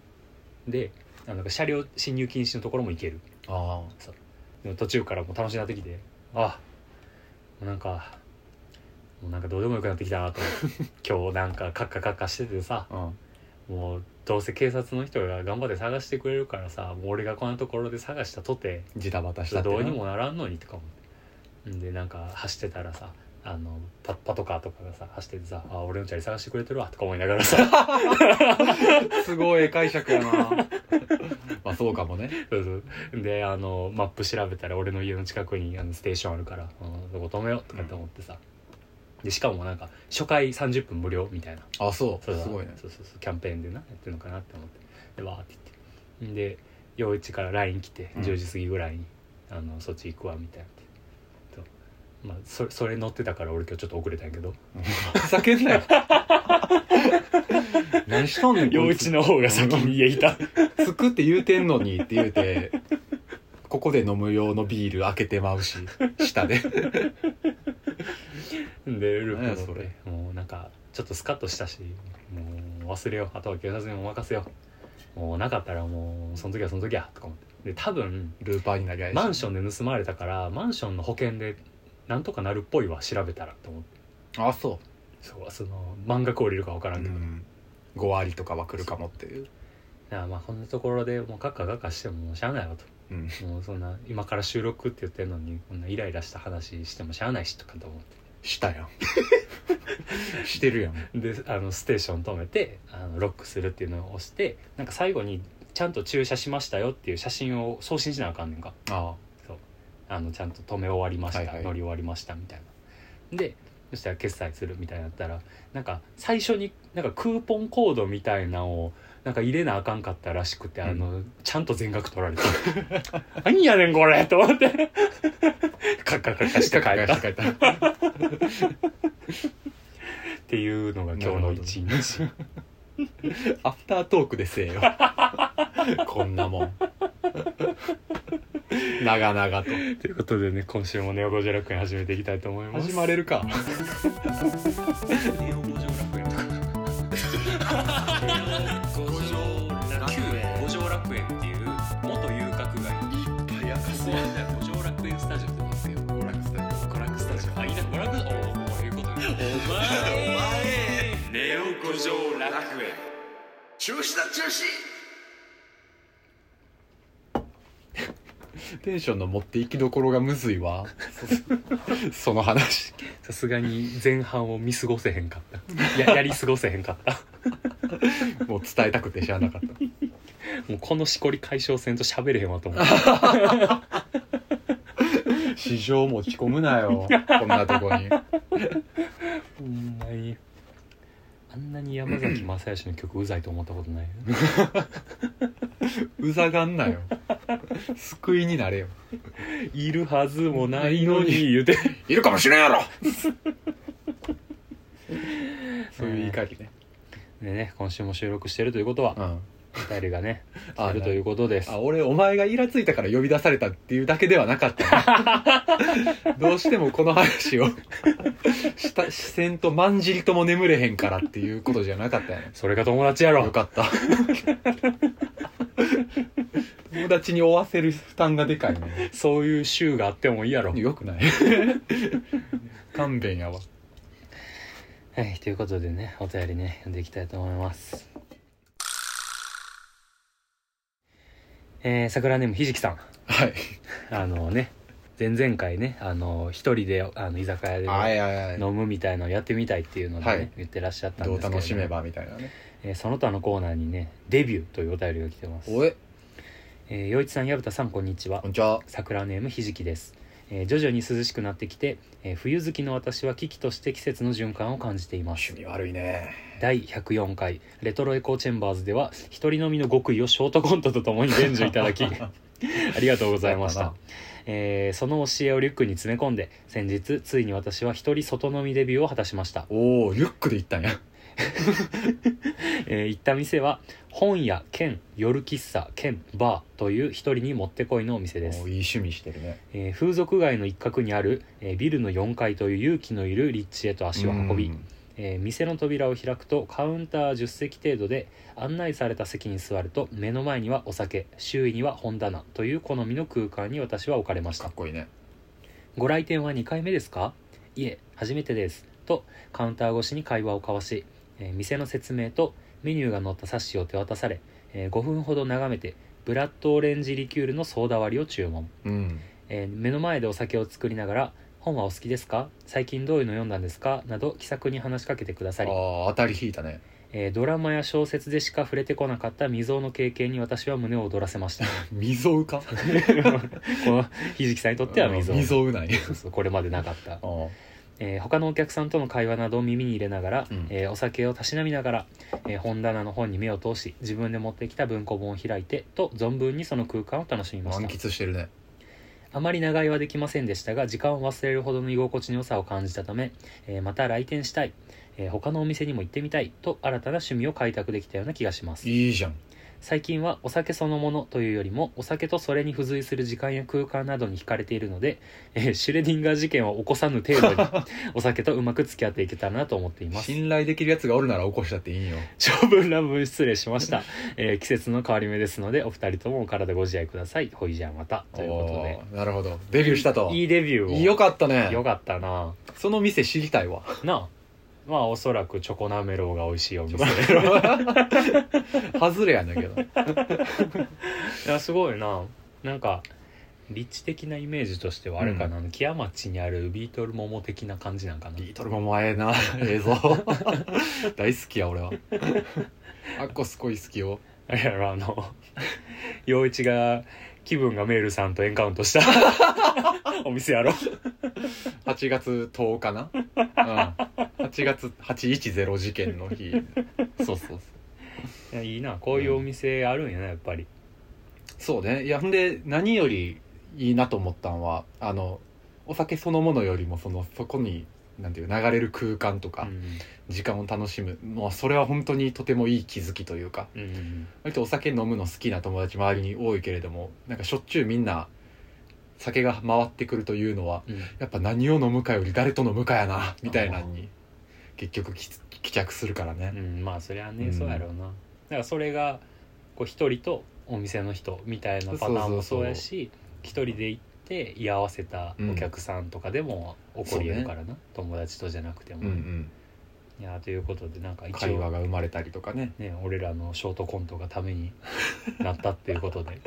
[SPEAKER 2] であのなんか車両進入禁止のところも行ける
[SPEAKER 1] あ
[SPEAKER 2] でも途中からもう楽しくなってきてあもうなんかもうなんかどうでもよくなってき
[SPEAKER 1] [laughs]
[SPEAKER 2] たなと思って今日なんかカッカカッカしててさ
[SPEAKER 1] あうん
[SPEAKER 2] もうどうせ警察の人が頑張って探してくれるからさもう俺がこんなところで探したとて
[SPEAKER 1] ジタバタしたって
[SPEAKER 2] どう
[SPEAKER 1] な
[SPEAKER 2] にもならんのにとか思ってんでなんか走ってたらさあのパパトカーとかがさ走っててさ「あ俺のチャリ探してくれてるわ」とか思いなが
[SPEAKER 1] [laughs]
[SPEAKER 2] らさ
[SPEAKER 1] すごい解
[SPEAKER 2] [laughs]
[SPEAKER 1] 釈やなまあそうかもね
[SPEAKER 2] そうそうであのマップ調べたら俺の家の近くにあのステーションあるから「うんそこ止めよう」とかって思ってさ、でしかもなんか初回30分無料みたいな
[SPEAKER 1] あそう
[SPEAKER 2] それは
[SPEAKER 1] すごい
[SPEAKER 2] [laughs]
[SPEAKER 1] ね
[SPEAKER 2] そうそうそうキャンペーンでなやってるのかなって思ってでわーって言ってんで陽一から LINE 来て
[SPEAKER 1] うん
[SPEAKER 2] 10時過ぎぐらいに「あのそっち行くわ」みたいなってとまあそそれ乗ってたから俺今日ちょっと遅れたん
[SPEAKER 1] [laughs]
[SPEAKER 2] やけど
[SPEAKER 1] ふざけん
[SPEAKER 2] [laughs]
[SPEAKER 1] なよ何しとんねん
[SPEAKER 2] 陽一の方が先に家
[SPEAKER 1] [laughs]
[SPEAKER 2] いた
[SPEAKER 1] つくって言うてんのにって言うてここで飲む用のビール開けてまうし下
[SPEAKER 2] [laughs]
[SPEAKER 1] で
[SPEAKER 2] でループ乗っ
[SPEAKER 1] 何や
[SPEAKER 2] てもうなんかちょっとスカッとしたしもう忘れようあとは警察にお任せようもうなかったらもうその時はその時やとか思ってで多分
[SPEAKER 1] ルーパーになりゃいいし
[SPEAKER 2] マンションで盗まれたからマンションの保険でなんとかなるっぽいわ調べたらと思って。
[SPEAKER 1] あそ
[SPEAKER 2] そうその満額降りるか分から
[SPEAKER 1] う、うん
[SPEAKER 2] けど、
[SPEAKER 1] ん、5割とかは来るかもっていう
[SPEAKER 2] だからまあこんなところでもうカッカカッカしてももうしゃあないわ
[SPEAKER 1] うん
[SPEAKER 2] ともうそんな今から収録って言ってんのにこんなイライラした話してもしゃあないしとかと思っ
[SPEAKER 1] した [laughs] やんしてるやん
[SPEAKER 2] てであのステーション止めてあのロックするっていうのを押してなんか最後にちゃんと駐車しましたよっていう写真を送信しなあかんねんか
[SPEAKER 1] あ
[SPEAKER 2] あのちゃんと止め終わりました、
[SPEAKER 1] はいはい
[SPEAKER 2] 乗り終わりましたみたいなでそしたら決済するみたいになったらなんか最初になんかクーポンコードみたいなのをなんか入れなあかんかったらしくて、あのちゃんと全額取られて「 [laughs] 何やねんこれ!」と思って [laughs] カッカカカして帰ったっ
[SPEAKER 1] 帰 [laughs] った
[SPEAKER 2] ていうのが今日の一日
[SPEAKER 1] アフタートークでせえ [laughs] よこんなもん長々と
[SPEAKER 2] [laughs] ということでね今週もネオゴジ楽園始めていきたいと思います
[SPEAKER 1] 始まれるか
[SPEAKER 2] ネオゴジ楽園とか
[SPEAKER 1] 園
[SPEAKER 2] 五条楽園っていう元遊郭街
[SPEAKER 1] やかそ
[SPEAKER 2] 五条楽園スタジオって言うんですよ
[SPEAKER 1] 娯楽スタジ
[SPEAKER 2] 娯楽スタジオあいいな娯楽おおおいうことねお
[SPEAKER 3] お
[SPEAKER 2] 前
[SPEAKER 3] 前ネオ五条楽園中止だ中止
[SPEAKER 1] オテンションの持っていきどころがむずいわその話
[SPEAKER 2] さすがに前半を見過ごせへんかったややり過ごせへんかった
[SPEAKER 1] もう伝えたくて知らなかった
[SPEAKER 2] もうこのしこり解消戦と喋れへんわと思っ
[SPEAKER 1] 市場持ち込むなよこんなとこに
[SPEAKER 2] ほんまにあんなに山崎まさよしの曲うざいと思ったことないう
[SPEAKER 1] ざがんなよ救いになれよ
[SPEAKER 2] いるはずもないのに言うて
[SPEAKER 1] いるかもしれんや [laughs] ろそういう怒りね
[SPEAKER 2] でね今週も収録してるということは
[SPEAKER 1] うん
[SPEAKER 2] お便りがね
[SPEAKER 1] あ
[SPEAKER 2] あるということです
[SPEAKER 1] あ俺お前がイラついたから呼び出されたっていうだけではなかった
[SPEAKER 2] [laughs]
[SPEAKER 1] などうしてもこの話を [laughs] した視線とまんじりとも眠れへんからっていうことじゃなかったよね
[SPEAKER 2] それが友達やろ
[SPEAKER 1] よかった友達に負わせる負担がでかいね
[SPEAKER 2] そういう週があってもいいやろ
[SPEAKER 1] よくない
[SPEAKER 2] [laughs]
[SPEAKER 1] 勘弁やわ
[SPEAKER 2] はい、ということでね、お便りね、読んでいきたいと思います。えー、桜ネームひじきさん。
[SPEAKER 1] はい
[SPEAKER 2] あのね、前々回ね、あの、一人で、あの、居酒屋で
[SPEAKER 1] は
[SPEAKER 2] ね
[SPEAKER 1] いはいは
[SPEAKER 2] 飲むみたいのをやってみたいっていうのでね、
[SPEAKER 1] はい
[SPEAKER 2] 言ってらっしゃった
[SPEAKER 1] いど
[SPEAKER 2] んで
[SPEAKER 1] う
[SPEAKER 2] すけど、
[SPEAKER 1] 楽しめ。ばみたいなね
[SPEAKER 2] えーその他のコーナーにね、デビューというお便りが来てます。
[SPEAKER 1] おえ
[SPEAKER 2] えー、洋一さん、矢蓋さん、こんにちは
[SPEAKER 1] こん。にちは
[SPEAKER 2] 桜ネームひじきです、えー徐々に涼しくなってきて、えー冬好きの私は危機として季節の循環を感じています。
[SPEAKER 1] 趣味悪いね
[SPEAKER 2] 第104回レトロエコーチェンバーズでは一人飲みの極意をショートコントとともに伝授いた
[SPEAKER 1] [laughs]
[SPEAKER 2] だきありがとうございまし
[SPEAKER 1] や
[SPEAKER 2] た
[SPEAKER 1] ったな、
[SPEAKER 2] えーその教えをリュックに詰め込んで先日ついに私は一人外飲みデビューを果たしました、
[SPEAKER 1] おおリュックで行ったんや
[SPEAKER 2] えー行った店は本屋兼夜喫茶兼バーという一人にもってこいのお店です
[SPEAKER 1] おーいい趣味してるね
[SPEAKER 2] えー風俗街の一角にある、えービルの4階という勇気のいる立地へと足を運び
[SPEAKER 1] う、ん
[SPEAKER 2] えー店の扉を開くとカウンター10席程度で案内された席に座ると目の前にはお酒周囲には本棚という好みの空間に私は置かれまし
[SPEAKER 1] か
[SPEAKER 2] た
[SPEAKER 1] っこいいね
[SPEAKER 2] ご来店は2回目ですかいえ初めてですとカウンター越しに会話を交わし、えー店の説明とメニューが載った冊子を手渡され、え5分ほど眺めてブラッドオレンジリキュールのソーダ割りを注文
[SPEAKER 1] うん
[SPEAKER 2] えー目の前でお酒を作りながら「本はお好きですか最近どういうの読んだんですか?」など気さくに話しかけてくださり、
[SPEAKER 1] ああ当たり引いたね
[SPEAKER 2] えードラマや小説でしか触れてこなかった未曾有の経験に私は胸を躍らせました
[SPEAKER 1] [laughs] 溝うか
[SPEAKER 2] このひじきさんにとっては未曾有
[SPEAKER 1] 溝うない
[SPEAKER 2] そうそうこれまでなかった、えー他のお客さんとの会話などを耳に入れながら、
[SPEAKER 1] うん
[SPEAKER 2] えーお酒をたしなみながら、えー本棚の本に目を通し自分で持ってきた文庫本を開いてと存分にその空間を楽しみまし
[SPEAKER 1] 満
[SPEAKER 2] た
[SPEAKER 1] 喫してるね
[SPEAKER 2] あまり長居はできませんでしたが時間を忘れるほどの居心地の良さを感じたため、えーまた来店したい、えー他のお店にも行ってみたいと新たな趣味を開拓できたような気がします
[SPEAKER 1] いいじゃん
[SPEAKER 2] 最近はお酒そのものというよりもお酒とそれに付随する時間や空間などに惹かれているので、えーシュレディンガー事件を起こさぬ程度
[SPEAKER 1] [laughs]
[SPEAKER 2] にお酒とうまく付き合っていけたらなと思っています
[SPEAKER 1] 信頼できるやつがおるなら起こしたっていいんよ
[SPEAKER 2] 長文乱文失礼しました、えー季節の変わり目ですのでお二人ともお体ご自愛くださいほいじゃあまたということで
[SPEAKER 1] おーなるほどデビューしたと
[SPEAKER 2] いいデビューを
[SPEAKER 1] よかったね
[SPEAKER 2] よかったな
[SPEAKER 1] その店知りたいわ
[SPEAKER 2] なあまあおそらくチョコナメローが美味しいお店
[SPEAKER 1] 外れやねんけど
[SPEAKER 2] [laughs] いやすごいななんか立地的なイメージとしてはあれかな、木屋町にあるビートルモモ的な感じなんかな
[SPEAKER 1] ビートルも前な映像大好きや俺はあっこすごい好きよ
[SPEAKER 2] あれやろあの [laughs] 陽一が気分がメールさんとエンカウントした [laughs] お店やろ
[SPEAKER 1] 8月10日 [laughs] な、うん、8月810事件の日そうそうそう
[SPEAKER 2] いやいいなこういうお店あるんやなやっぱり
[SPEAKER 1] そうねいやほんで何よりいいなと思ったんはあのお酒そのものよりもそのそこになんていう流れる空間と
[SPEAKER 2] う
[SPEAKER 1] か
[SPEAKER 2] ん
[SPEAKER 1] 時間を楽しむ、まあ、それは本当にとてもいい気づきというか
[SPEAKER 2] うん
[SPEAKER 1] 割とお酒飲むの好きな友達周りに多いけれどもなんかしょっちゅうみんな酒が回ってくるというのは
[SPEAKER 2] うん
[SPEAKER 1] やっぱ何を飲むかより誰と飲むかやなみたいなのに結局き帰着するからね、
[SPEAKER 2] うんまあそりゃね、
[SPEAKER 1] うん
[SPEAKER 2] そうやろうなだからそれがこう一人とお店の人みたいなパターンもそうやし一人で行って居合わせたお客さんとかでも起こりえるからな、友達とじゃなくても、
[SPEAKER 1] うんうん
[SPEAKER 2] いやということでなんか一
[SPEAKER 1] 会話
[SPEAKER 2] 応
[SPEAKER 1] が生まれたりとかね
[SPEAKER 2] ね俺らのショートコントがためになったっていうことで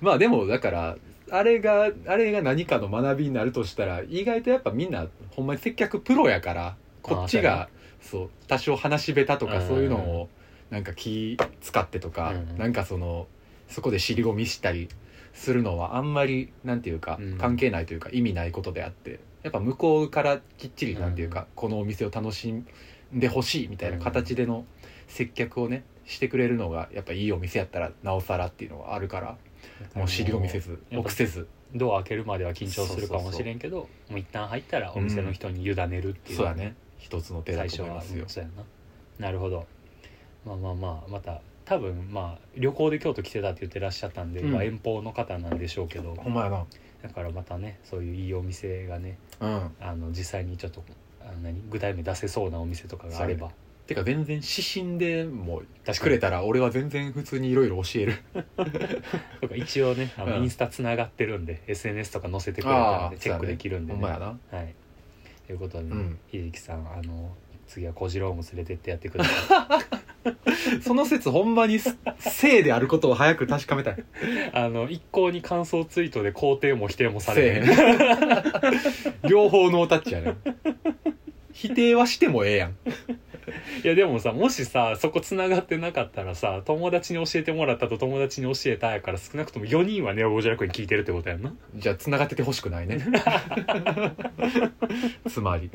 [SPEAKER 1] まあでもだからあれがあれが何かの学びになるとしたら意外とやっぱみんなほんまに接客プロやからこっちがそう多少話し下手とか
[SPEAKER 2] うん
[SPEAKER 1] そういうのをなんか気使ってとか、
[SPEAKER 2] うん
[SPEAKER 1] なんかそのそこで尻込みしたりするのはあんまりなんていうか
[SPEAKER 2] うん
[SPEAKER 1] 関係ないというか意味ないことであってやっぱ向こうからきっちりなんていうか、このお店を楽しんでほしいみたいな形での接客をねしてくれるのがやっぱいいお店やったらなおさらっていうのはあるから [laughs] もう尻込みせず
[SPEAKER 2] やっぱ
[SPEAKER 1] 臆せず
[SPEAKER 2] ドア開けるまでは緊張するかもしれんけどもう一旦入ったらお店の人に委ねるっていう、
[SPEAKER 1] そうやね一つの手だ
[SPEAKER 2] 最
[SPEAKER 1] と
[SPEAKER 2] 初
[SPEAKER 1] 思い
[SPEAKER 2] は
[SPEAKER 1] ますよ
[SPEAKER 2] うんそうやななるほどまあまあまあまた多分まあ旅行で京都来てたって言ってらっしゃったんで、
[SPEAKER 1] うん
[SPEAKER 2] まあ遠方の方なんでしょうけど
[SPEAKER 1] ほんまやな
[SPEAKER 2] だからまたねそういういいお店がね
[SPEAKER 1] うん
[SPEAKER 2] あの実際にちょっとあの何具体名出せそうなお店とかがあれば、
[SPEAKER 1] てか全然指針でも
[SPEAKER 2] 確
[SPEAKER 1] くれたら俺は全然普通にいろいろ教える
[SPEAKER 2] とか一応ねあの、
[SPEAKER 1] うん
[SPEAKER 2] インスタつながってるんで SNS とか載せてくれたん
[SPEAKER 1] あ
[SPEAKER 2] で
[SPEAKER 1] ー
[SPEAKER 2] チェックできるんで、
[SPEAKER 1] ほ
[SPEAKER 2] ね
[SPEAKER 1] んまやな
[SPEAKER 2] はいということで、ね
[SPEAKER 1] うん
[SPEAKER 2] 秀樹さんあの次は小次郎も連れてってやってくださ
[SPEAKER 1] [laughs]
[SPEAKER 2] い
[SPEAKER 1] その説ほんまにす性であることを早く確かめたい
[SPEAKER 2] あの一向に感想ツイートで肯定も否定もされへん
[SPEAKER 1] せえ [laughs] 両方ノータッチやね否定はしてもええやん
[SPEAKER 2] いやでもさもしさそこつながってなかったらさ友達に教えてもらったと友達に教えたやから少なくとも4人はネオゴジラクに聞いてるってことやんな
[SPEAKER 1] じゃあ繋がっててほしく [laughs] ないねつまり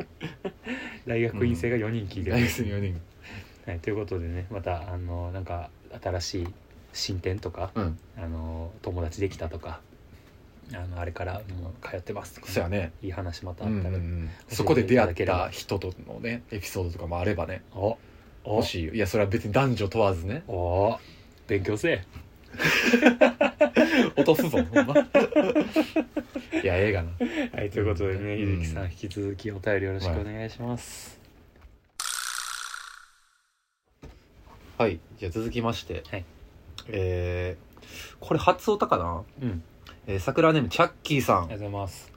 [SPEAKER 2] 大学院生が4人聞いてる、
[SPEAKER 1] 大学生4人
[SPEAKER 2] はい、ということでねまたあのなんか新しい進展とか、
[SPEAKER 1] うん
[SPEAKER 2] あの友達できたとかあのあれからもう通ってますとか
[SPEAKER 1] そうやね
[SPEAKER 2] いい話またあ
[SPEAKER 1] う
[SPEAKER 2] っ
[SPEAKER 1] ん
[SPEAKER 2] た
[SPEAKER 1] う
[SPEAKER 2] ら、
[SPEAKER 1] んそこで出会った人とのねエピソードとかもあればね
[SPEAKER 2] おお
[SPEAKER 1] 欲しいよいやそれは別に男女問わずね
[SPEAKER 2] お勉強せえ
[SPEAKER 1] [laughs] 落とすぞほん [laughs] まいやええがな
[SPEAKER 2] はい、ということでね、
[SPEAKER 1] うん
[SPEAKER 2] ゆずきさん、引き続きお便りよろしくお願いします。
[SPEAKER 1] はいじゃあ続きまして、
[SPEAKER 2] はい
[SPEAKER 1] えーこれ初オタかな、
[SPEAKER 2] うん、
[SPEAKER 1] えー桜ネームチャッキーさ
[SPEAKER 2] あ
[SPEAKER 1] ん
[SPEAKER 2] りがとうございます。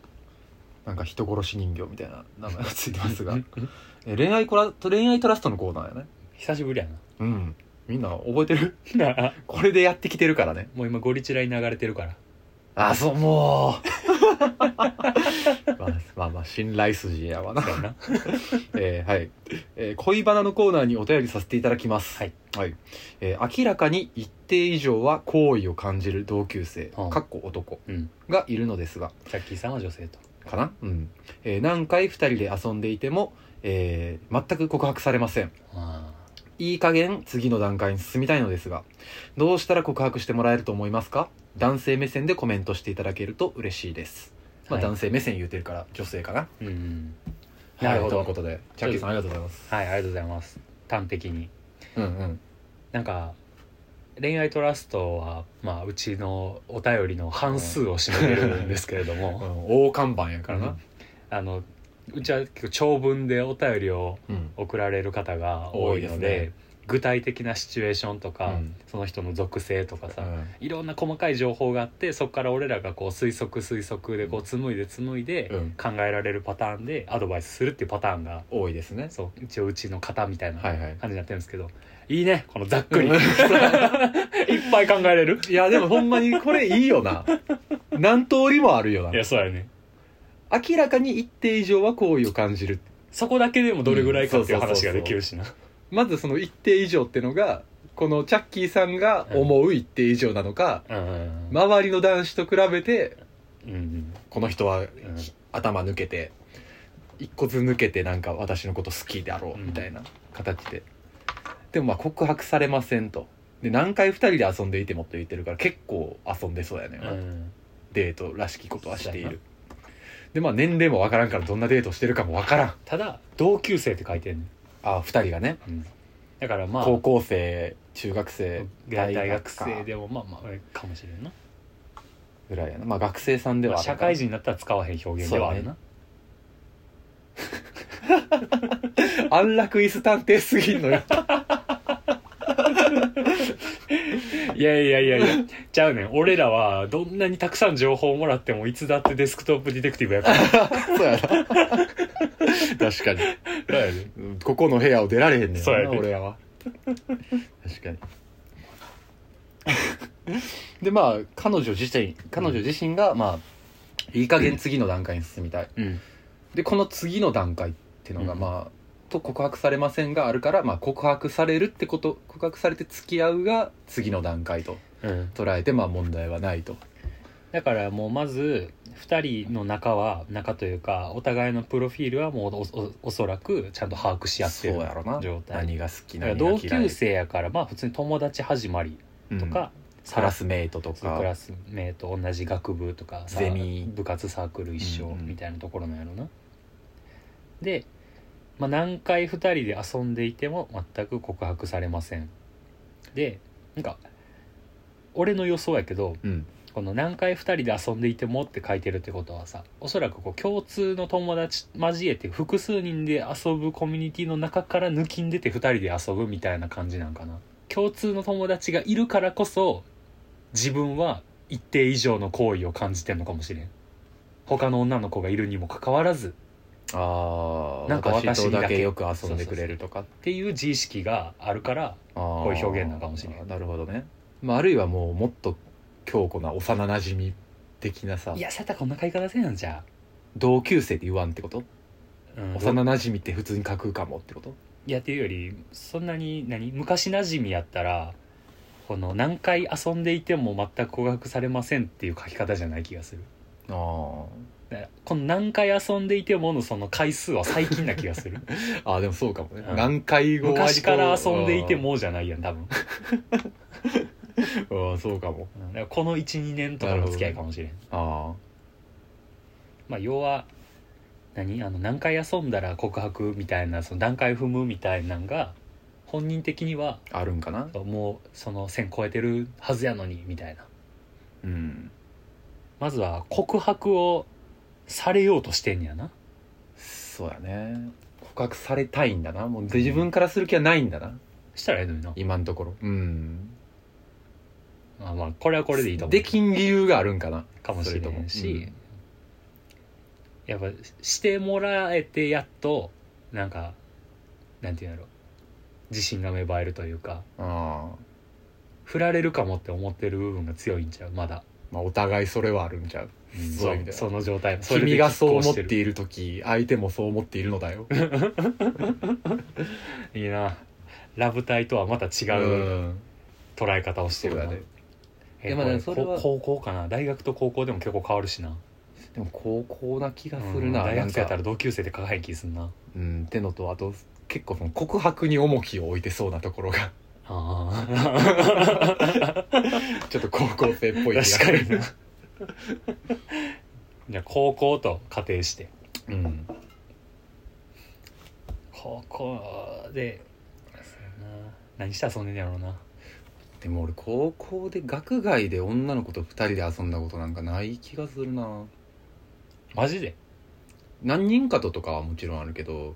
[SPEAKER 1] なんか人殺し人形みたいな名前がついてます
[SPEAKER 2] う
[SPEAKER 1] が
[SPEAKER 2] んうん
[SPEAKER 1] えー恋愛コラ恋愛トラストのコーナーやね
[SPEAKER 2] 久しぶりや
[SPEAKER 1] うんみんな覚えてる [laughs]
[SPEAKER 2] な。 [laughs]
[SPEAKER 1] これでやってきてるからね
[SPEAKER 2] もう今、ゴリチラに流れてるから。
[SPEAKER 1] あそう [laughs] もうまあまあまあ信頼筋やわな
[SPEAKER 2] そうやな。 [laughs]
[SPEAKER 1] えーはい、えー恋バナのコーナーにお便りさせていただきます
[SPEAKER 2] はい、
[SPEAKER 1] えー明らかに一定以上は好意を感じる同級生、
[SPEAKER 2] うん
[SPEAKER 1] かっこ男
[SPEAKER 2] うん。
[SPEAKER 1] がいるのですが
[SPEAKER 2] チャッキーさんは女性と。
[SPEAKER 1] かな、うんえー何回2人で遊んでいても、えー全く告白されません
[SPEAKER 2] あ
[SPEAKER 1] いい加減次の段階に進みたいのですがどうしたら告白してもらえると思いますか男性目線でコメントしていただけると嬉しいです、まあ、
[SPEAKER 2] はい
[SPEAKER 1] 男性目線言うてるから女性かな、
[SPEAKER 2] ーうんなるほど
[SPEAKER 1] はいということでチャッキーさんありがとうございます
[SPEAKER 2] はいありがとうございます端的に
[SPEAKER 1] うんうん
[SPEAKER 2] なんか恋愛トラストは、まあ、うちのお便りの半数を占めてるんですけれど
[SPEAKER 1] う
[SPEAKER 2] も、
[SPEAKER 1] ん大看板やからな
[SPEAKER 2] [laughs] あのうちは結構長文でお便りを
[SPEAKER 1] うん
[SPEAKER 2] 送られる方が多
[SPEAKER 1] 多い
[SPEAKER 2] いので
[SPEAKER 1] ですね
[SPEAKER 2] 具体的なシチュエーションとか、
[SPEAKER 1] うん
[SPEAKER 2] その人の属性とかさ、
[SPEAKER 1] うん
[SPEAKER 2] いろんな細かい情報があってそこから俺らがこう推測推測でこう紡いで紡いで
[SPEAKER 1] うん
[SPEAKER 2] 考えられるパターンでアドバイスするっていうパターンが
[SPEAKER 1] 多いですね
[SPEAKER 2] そう一応うちの型みたいな
[SPEAKER 1] は
[SPEAKER 2] 感
[SPEAKER 1] いはい
[SPEAKER 2] じになってるんですけど、い、いねこのざっくり
[SPEAKER 1] うん
[SPEAKER 2] い
[SPEAKER 1] [laughs]
[SPEAKER 2] っぱい考えれる
[SPEAKER 1] いやでもほんまにこれいいよな何通りもあるよ
[SPEAKER 2] い
[SPEAKER 1] な
[SPEAKER 2] やそうやね
[SPEAKER 1] 明らかに一定以上は好意を感じる
[SPEAKER 2] そこだけでもどれぐらいかっていう
[SPEAKER 1] うんそうそうそ
[SPEAKER 2] 話
[SPEAKER 1] う
[SPEAKER 2] ができるしな、
[SPEAKER 1] まずその一定以上ってのがこのチャッキーさんが思う一定以上なのか、
[SPEAKER 2] うんうん
[SPEAKER 1] 周りの男子と比べて
[SPEAKER 2] うん
[SPEAKER 1] この人は、頭抜けて一個ずつ抜けてなんか私のこと好きだろうみたいな形で、でもまあ告白されませんとで何回二人で遊んでいてもと言ってるから結構遊んでそうやね、
[SPEAKER 2] うん
[SPEAKER 1] デートらしきことはしてい
[SPEAKER 2] そうや
[SPEAKER 1] るでまあ年齢もわからんからどんなデートしてるかもわからん
[SPEAKER 2] ただ同級生って書いてんね、
[SPEAKER 1] あ二人がね
[SPEAKER 2] うん、だからまあ
[SPEAKER 1] 高校生中学生
[SPEAKER 2] 大
[SPEAKER 1] 大
[SPEAKER 2] 学
[SPEAKER 1] 学か
[SPEAKER 2] 生でもまあまああれかもしれんな
[SPEAKER 1] ぐらいやなまあ学生さんでは
[SPEAKER 2] ま
[SPEAKER 1] あ
[SPEAKER 2] あ
[SPEAKER 1] るか
[SPEAKER 2] 社
[SPEAKER 1] ら
[SPEAKER 2] 会人になったら使わへん表現ではあるな、
[SPEAKER 1] 安楽椅子探偵すぎんのよ
[SPEAKER 2] [laughs] いやいやいやいやちゃうねん俺らはどんなにたくさん情報をもらってもいつだってデスクトップディテクティブやから
[SPEAKER 1] [laughs] そうやな確かにうんここの部屋を出られへんねんな
[SPEAKER 2] そうやね
[SPEAKER 1] 俺らは確かに [laughs] でまあ彼女自身彼女自身がまあいい加減次の段階に進みたい
[SPEAKER 2] うん
[SPEAKER 1] でこの次の段階っていうのが
[SPEAKER 2] うん
[SPEAKER 1] まあ、と告白されませんがあるから、まあ、告白されるってこと告白されて付き合うが次の段階と
[SPEAKER 2] うん
[SPEAKER 1] 捉えてまあ問題はないと
[SPEAKER 2] だからもうまず2人の中は中というかお互いのプロフィールはもうおおおそらくちゃんと把握し合ってる
[SPEAKER 1] そうやろな
[SPEAKER 2] 状態
[SPEAKER 1] 何が好き
[SPEAKER 2] だ
[SPEAKER 1] な
[SPEAKER 2] から同級生やからまあ普通に友達始まりとか、
[SPEAKER 1] クラスメイトと
[SPEAKER 2] そうク
[SPEAKER 1] か
[SPEAKER 2] ラスメイト同じ学部とかさ
[SPEAKER 1] ゼミ
[SPEAKER 2] 部活サークル一緒
[SPEAKER 1] うんうん
[SPEAKER 2] みたいなところなんやろな、で、まあ、何回2人で遊んでいても全く告白されませんでなんか俺の予想やけど
[SPEAKER 1] うん
[SPEAKER 2] この「何回2人で遊んでいても」って書いてるってことはさおそらくこう共通の友達交えて複数人で遊ぶコミュニティの中から抜きん出て2人で遊ぶみたいな感じなんかな共通の友達がいるからこそ自分は一定以上の行為を感じてんのかもしれん他の女の子がいるにもかかわらず
[SPEAKER 1] ああ
[SPEAKER 2] なんか私
[SPEAKER 1] 私と
[SPEAKER 2] にだけ
[SPEAKER 1] だけよく遊んでくれるとか
[SPEAKER 2] っていう自意識があるから
[SPEAKER 1] こ
[SPEAKER 2] こういう表現なのかもしれない
[SPEAKER 1] なるほどね、まあ、あるいはもうもっと強固な幼なじみ的なさ
[SPEAKER 2] いやさたこんな買い方せんやんじゃ
[SPEAKER 1] 同級生って言わんってこと
[SPEAKER 2] あ、うん
[SPEAKER 1] 幼なじみって普通に書くかもってこと
[SPEAKER 2] いやっていうよりそんなに何昔なじみやったらこの何回遊んでいても全く告白されませんっていう書き方じゃない気がする
[SPEAKER 1] あ
[SPEAKER 2] だからこの何回遊んでいてものその回数は最近な気がする
[SPEAKER 1] ーあーでもそうかもね、
[SPEAKER 2] うん
[SPEAKER 1] 何回後
[SPEAKER 2] 昔から遊んでいてもじゃないやん多分
[SPEAKER 1] あーあーそうかも
[SPEAKER 2] うんだからこの12年とかの付き合いかもしれん
[SPEAKER 1] あ
[SPEAKER 2] まあ要は何あの何回遊んだら告白みたいなその段階踏むみたいなんが本人的には
[SPEAKER 1] ああるんかな
[SPEAKER 2] もうその線超えてるはずやのにみたいな
[SPEAKER 1] うん
[SPEAKER 2] まずは告白をされようとしてんやな
[SPEAKER 1] そうやね告白されたいんだなもうで自分からする気はないんだな
[SPEAKER 2] したらええのにな
[SPEAKER 1] 今のところうん
[SPEAKER 2] まあまあこれはこれでいいと思う
[SPEAKER 1] できん理由があるんかな
[SPEAKER 2] かもしれへん
[SPEAKER 1] それとも
[SPEAKER 2] し、やっぱしてもらえてやっとなんかなんていうんだろう自信が芽生えるというか
[SPEAKER 1] ああ
[SPEAKER 2] 振られるかもって思ってる部分が強いんちゃうまだ、
[SPEAKER 1] まあお互いそれはあるんちゃう
[SPEAKER 2] うん
[SPEAKER 1] そういう意味で
[SPEAKER 2] その状態れで
[SPEAKER 1] [laughs] 君がそう思っ
[SPEAKER 2] 拮抗して
[SPEAKER 1] いる時相手もそう思っているのだよ
[SPEAKER 2] るいいなラブ隊とはまた [laughs] 違う捉え方をしてるな、
[SPEAKER 1] そうやね
[SPEAKER 2] え
[SPEAKER 1] でもね
[SPEAKER 2] これ
[SPEAKER 1] それは
[SPEAKER 2] こ高校かな大学と高校でも結構変わるしな
[SPEAKER 1] でも高校な気がするな,、
[SPEAKER 2] うん大
[SPEAKER 1] なん
[SPEAKER 2] 学生やった
[SPEAKER 1] から
[SPEAKER 2] 同級生で輝きすんな
[SPEAKER 1] うんってのとあと結構その告白に重きを置いてそうなところ
[SPEAKER 2] [laughs]
[SPEAKER 1] が
[SPEAKER 2] あ
[SPEAKER 1] ちょっと高校生っぽい気が
[SPEAKER 2] ー
[SPEAKER 1] す
[SPEAKER 2] [laughs] 確か
[SPEAKER 1] る
[SPEAKER 2] にな [laughs] じゃあ高校と仮定して
[SPEAKER 1] うん
[SPEAKER 2] 高校でそうやな何して遊んでんやろうな
[SPEAKER 1] でも俺高校で学外で女の子と2人で遊んだことなんかない気がするな
[SPEAKER 2] マジで
[SPEAKER 1] 何人かととかはもちろんあるけど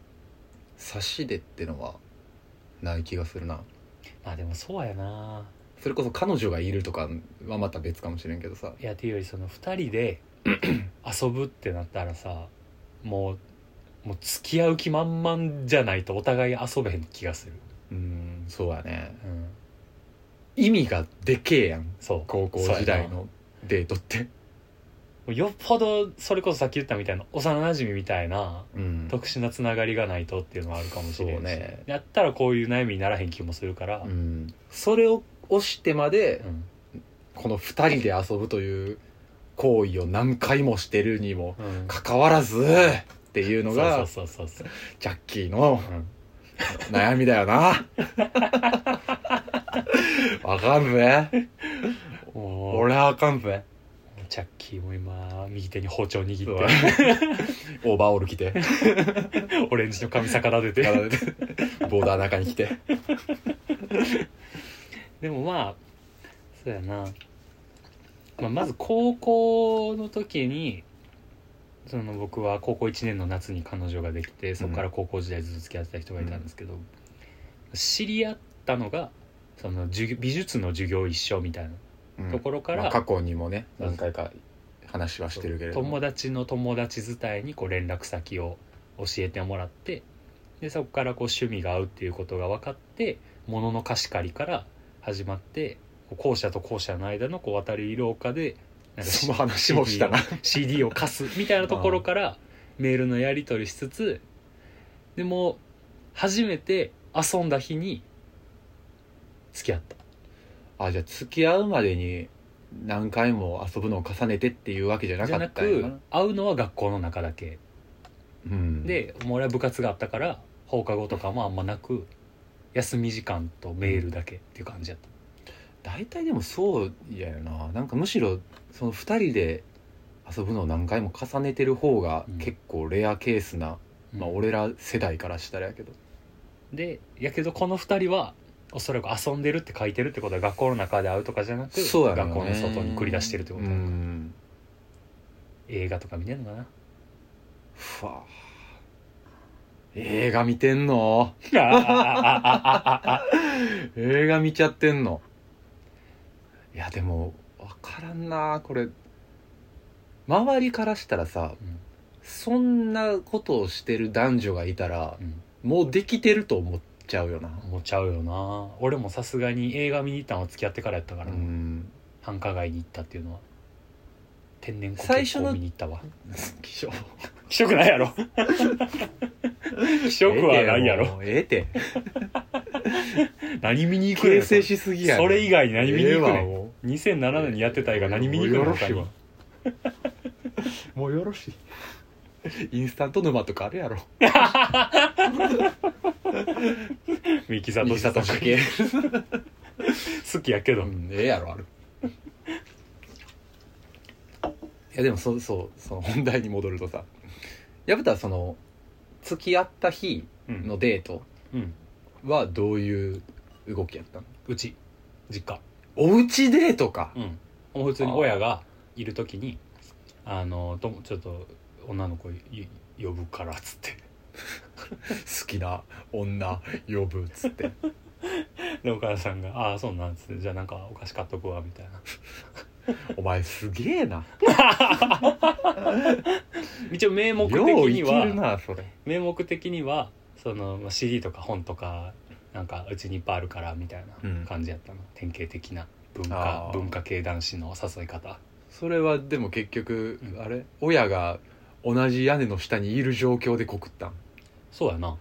[SPEAKER 1] 差しでってのはない気がするな
[SPEAKER 2] まあでもそうやな
[SPEAKER 1] それこそ彼女がいるとかはまた別かもしれんけどさ
[SPEAKER 2] いやっていうよりその2人 [clears throat] で遊ぶってなったらさもうもう付き合う気満々じゃないとお互い遊べへん気がする
[SPEAKER 1] うんそうやね
[SPEAKER 2] うん
[SPEAKER 1] 意味がでけえやん
[SPEAKER 2] そう
[SPEAKER 1] 高校時代のデートって
[SPEAKER 2] もうよっぽどそれこそさっき言ったみたいな幼なじみみたいな
[SPEAKER 1] うん
[SPEAKER 2] 特殊なつながりがないとっていうのはあるかもしれな
[SPEAKER 1] そ
[SPEAKER 2] いう
[SPEAKER 1] ね
[SPEAKER 2] やったらこういう悩みにならへん気もするから、
[SPEAKER 1] う
[SPEAKER 2] うん
[SPEAKER 1] んそれを押してまでこの2人で遊ぶという行為を何回もしてるにも
[SPEAKER 2] うん
[SPEAKER 1] かかわらずっていうのが
[SPEAKER 2] そうそうそうそう
[SPEAKER 1] ジャッキーの
[SPEAKER 2] そう、うん
[SPEAKER 1] 悩みだよな [laughs] わかんぜ
[SPEAKER 2] もう
[SPEAKER 1] 俺はあかんぜ
[SPEAKER 2] ジャッキーも今右手に包丁
[SPEAKER 1] そう
[SPEAKER 2] 握っ
[SPEAKER 1] オーバーオール着 [laughs] て
[SPEAKER 2] て [laughs] オレンジの髪逆立てて
[SPEAKER 1] 体でボーダー中に着て
[SPEAKER 2] でもまあそうやな、まあ、まず高校の時にその僕は高校1年の夏に彼女ができてそこから高校時代ずっと付き合ってた人がいたんですけど、知り合ったのがその授業美術の授業一緒みたいなところから、
[SPEAKER 1] まあ過去にもね何回か話はしてるけれど
[SPEAKER 2] 友達の友達伝いにこう連絡先を教えてもらってでそこからこう趣味が合うっていうことが分かって物の貸し借りから始まってこう校舎と校舎の間のこう渡り廊下でなんか
[SPEAKER 1] その話もしたな
[SPEAKER 2] CD を貸すみたいなところからメールのやり取りしつつでも初めて遊んだ日に付き合った
[SPEAKER 1] あじゃあ付き合うまでに何回も遊ぶのを重ねてっていうわけじゃな
[SPEAKER 2] じゃ
[SPEAKER 1] か
[SPEAKER 2] な
[SPEAKER 1] ったんやな
[SPEAKER 2] く会うのは学校の中だけ
[SPEAKER 1] うん、
[SPEAKER 2] でもう俺は部活があったから放課後とかもあんまなく休み時間とメールだけっていう感じやった
[SPEAKER 1] 大体でもそうやよななんかむしろその2人で遊ぶのを何回も重ねてる方が
[SPEAKER 2] うん
[SPEAKER 1] 結構レアケースな、、まあ
[SPEAKER 2] うん
[SPEAKER 1] 俺ら世代からしたらやけど
[SPEAKER 2] でやけどこの2人はおそらく遊んでるって書いてるってことは学校の中で会うとかじゃなく、
[SPEAKER 1] そうやろ
[SPEAKER 2] 学校の外に繰り出してるってことやんか
[SPEAKER 1] うん
[SPEAKER 2] 映画とか見てんのかな
[SPEAKER 1] ふわ映画見てんの [laughs] 映画見ちゃってんのいやでも分からんなこれ周りからしたらさ
[SPEAKER 2] うん
[SPEAKER 1] そんなことをしてる男女がいたら
[SPEAKER 2] うん
[SPEAKER 1] もうできてると思っちゃうよな
[SPEAKER 2] 思っちゃうよな俺もさすがに映画見に行ったのは付き合ってからやったから、
[SPEAKER 1] うん
[SPEAKER 2] 繁華街に行ったっていうのは天然
[SPEAKER 1] 最初
[SPEAKER 2] 古
[SPEAKER 1] の
[SPEAKER 2] を見に行ったわ
[SPEAKER 1] 気 [laughs] 象
[SPEAKER 2] 気色ない
[SPEAKER 1] [laughs]
[SPEAKER 2] やろ [laughs] 気色はないやろ
[SPEAKER 1] ええてもうえ
[SPEAKER 2] 何見に
[SPEAKER 1] えて
[SPEAKER 2] 行くんや
[SPEAKER 1] 形成しすぎや
[SPEAKER 2] それ以外に何見に行くねん
[SPEAKER 1] ええわも
[SPEAKER 2] 2007年にやってた映画何見に行く
[SPEAKER 1] も
[SPEAKER 2] の
[SPEAKER 1] うよろ
[SPEAKER 2] 他
[SPEAKER 1] しい
[SPEAKER 2] に
[SPEAKER 1] わうもうよろしいインスタント沼とかあるやろ
[SPEAKER 2] ミキサトシさんとか
[SPEAKER 1] け
[SPEAKER 2] 好きやけど、
[SPEAKER 1] うんええやろあるいやでもそうそうその本題に戻るとさ矢蓋はその付き合った日
[SPEAKER 2] うん
[SPEAKER 1] のデート
[SPEAKER 2] うん
[SPEAKER 1] はどういう動きやったの
[SPEAKER 2] うち実家
[SPEAKER 1] おうちデートか
[SPEAKER 2] うんもう普通に親がいる時にあのともちょっと女の子い呼ぶからっつって
[SPEAKER 1] 好きな女呼ぶっつって [laughs]
[SPEAKER 2] でお母さんが「ああそうなん」っつって「じゃあなんかお菓子買っとくわ」みたいな
[SPEAKER 1] お前すげえな
[SPEAKER 2] 一応名目的
[SPEAKER 1] ようい
[SPEAKER 2] に
[SPEAKER 1] け
[SPEAKER 2] は
[SPEAKER 1] るなそれ
[SPEAKER 2] 名目的にはそのまあ CD とか本とかなんかうちにいっぱいあるからみたい
[SPEAKER 1] うん
[SPEAKER 2] な感じやったの、典型的な文
[SPEAKER 1] あ
[SPEAKER 2] 化
[SPEAKER 1] ー
[SPEAKER 2] 文化系男子の誘い方
[SPEAKER 1] それはでも結局
[SPEAKER 2] うん
[SPEAKER 1] あれ親が同じ屋根の下にいる状況で告ったん
[SPEAKER 2] そうやな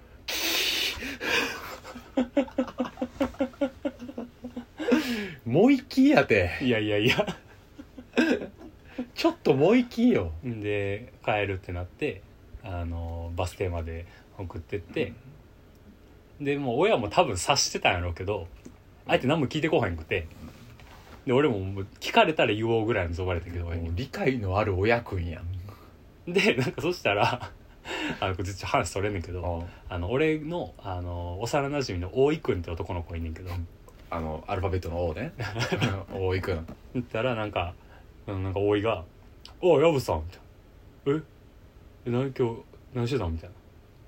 [SPEAKER 1] もう一気やて
[SPEAKER 2] いやいやいや
[SPEAKER 1] ちょっともう行きよ
[SPEAKER 2] [laughs] で帰るってなってあのバス停まで送ってって、でもう親も多分察してたんやろうけどあえて何も聞いてこはんくてで俺ももう聞かれたら言おうぐらいの呼ばれたけど
[SPEAKER 1] も
[SPEAKER 2] 親に
[SPEAKER 1] う理解のある親くんやん
[SPEAKER 2] でなんかそしたら [laughs] あのこれちょっと話それんねんけど
[SPEAKER 1] うん
[SPEAKER 2] あの俺のあの幼なじみの大井君って男の子いんねんけど
[SPEAKER 1] あのアルファベットの O [laughs] ね大井くん
[SPEAKER 2] 言ったらなんかうんなんか大井が「おい薮さん」みたいな「ええ何今日何してたん?」みたいな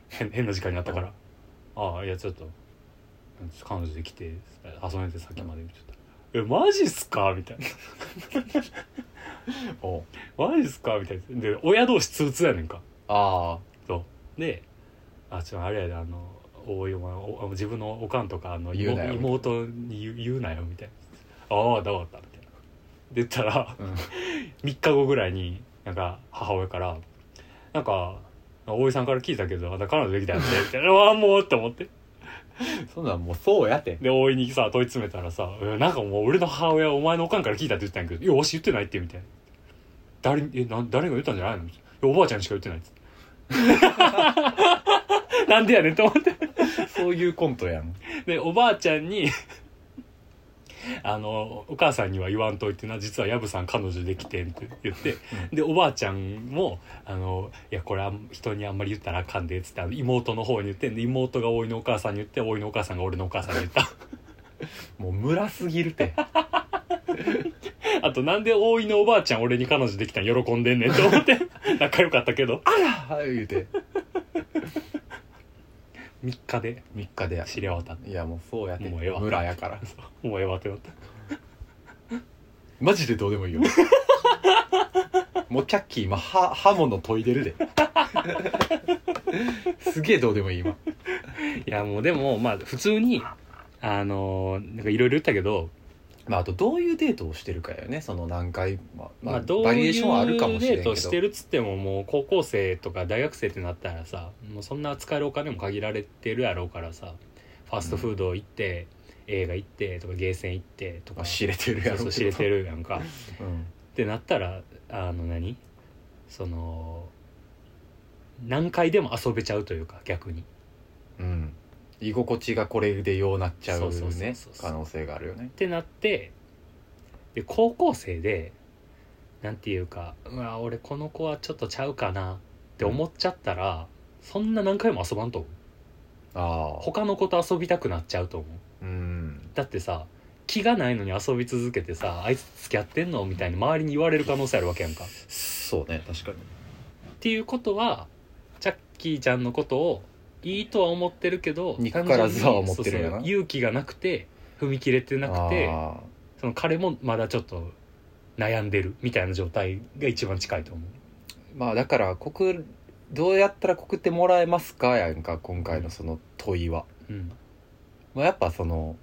[SPEAKER 2] 変変な時間にあったから「ああいやちょっと彼女できて遊んでてさっきまで」みたいな「えマジっすか?」みたいな [laughs]
[SPEAKER 1] お
[SPEAKER 2] 「マジっすか?」みたいなで親同士通通やねんか
[SPEAKER 1] あ
[SPEAKER 2] で「あちょあれやであのおいお前おあの自分のおかんとかあの
[SPEAKER 1] 言うなよ
[SPEAKER 2] 妹に言う言うなよ」みたいな「ああだわかった」みたいなで言ったら [laughs]
[SPEAKER 1] あ、うん、
[SPEAKER 2] 3日後ぐらいになんか母親から「なんか大井さんから聞いたけどあんた彼女できたんで」みたいな「う [laughs] わもう」って思って
[SPEAKER 1] そんなんもうそうやて
[SPEAKER 2] で大井にさ問い詰めたらさ「えなんかもう俺の母親お前のおかんから聞いたって言ってたんやけど「いやわし言ってないって」みたいな「誰にえな誰が言ったんじゃないの?」みたいな「いやおばあちゃんにしか言ってない」っつって [laughs] なんでやねんと思って
[SPEAKER 1] そういうコントやん
[SPEAKER 2] でおばあちゃんに [laughs] あのお母さんには言わんといてな実は薮さん彼女できてんって言って、でおばあちゃんもあのいやこれは人にあんまり言ったらあかんでっつってあの妹の方に言ってで妹がおいのお母さんに言っておいのお母さんが俺のお母さんに言った [laughs]
[SPEAKER 1] もう村すぎるて
[SPEAKER 2] あとなんでおいのおばあちゃん俺に彼女できたん喜んでんねんと思って [laughs] 仲良かったけど
[SPEAKER 1] あら言うて
[SPEAKER 2] 3日で
[SPEAKER 1] 3日でや
[SPEAKER 2] 知り合わたって
[SPEAKER 1] いやもうそうやて
[SPEAKER 2] もうええわ
[SPEAKER 1] 村やから
[SPEAKER 2] もうええわってなった
[SPEAKER 1] マジでどうでもいい
[SPEAKER 2] [laughs]
[SPEAKER 1] よもうチャッキー今刃刃物研いでるですげえどうでもいい今
[SPEAKER 2] いやもうでもまあ普通にあのなんかいろいろ言ったけど
[SPEAKER 1] まああとどういうデートをしてるかよねその何回まあ、ま
[SPEAKER 2] ま
[SPEAKER 1] あ
[SPEAKER 2] あ、どう
[SPEAKER 1] バリエ
[SPEAKER 2] い
[SPEAKER 1] ー
[SPEAKER 2] う
[SPEAKER 1] ションはあるかもしれん
[SPEAKER 2] デ
[SPEAKER 1] け
[SPEAKER 2] ー
[SPEAKER 1] ど
[SPEAKER 2] トしてるっつってももう高校生とか大学生ってなったらさもうそんな使えるお金も限られてるやろうからさファストフード行って、映画行ってとかゲーセン行ってと
[SPEAKER 1] ま
[SPEAKER 2] か
[SPEAKER 1] あ知れてるやろ
[SPEAKER 2] そうそう知れて
[SPEAKER 1] る、
[SPEAKER 2] るやんかっ
[SPEAKER 1] [laughs] うん、
[SPEAKER 2] てなったらあの何その何回でも遊べちゃうというか逆に
[SPEAKER 1] うん、居心地がこれでようなっちゃうね
[SPEAKER 2] そうそうそうそ
[SPEAKER 1] 可
[SPEAKER 2] う
[SPEAKER 1] 能性があるよね
[SPEAKER 2] ってなってで高校生でなんていうかうわ俺この子はちょっとちゃうかなって思っちゃったら、そんな何回も遊ばんと思う
[SPEAKER 1] ああ
[SPEAKER 2] 他の子と遊びたくなっちゃうと思う
[SPEAKER 1] うん
[SPEAKER 2] だってさ気がないのに遊び続けてさあいつ付き合ってんのみたいに周りに言われる可能性あるわけやんかっ
[SPEAKER 1] そうね確かに
[SPEAKER 2] ていうことはチャッキーちゃんのことをいいとは思ってるけど
[SPEAKER 1] 憎からずは思ってるんやな
[SPEAKER 2] 単純にそうそう勇気がなくて踏み切れてなくて
[SPEAKER 1] あ
[SPEAKER 2] その彼もまだちょっと悩んでるみたいな状態が一番近いと思う
[SPEAKER 1] ーまあだから告どうやったら告ってもらえますかやんか今回のその問いは、
[SPEAKER 2] うん
[SPEAKER 1] まあ、やっぱその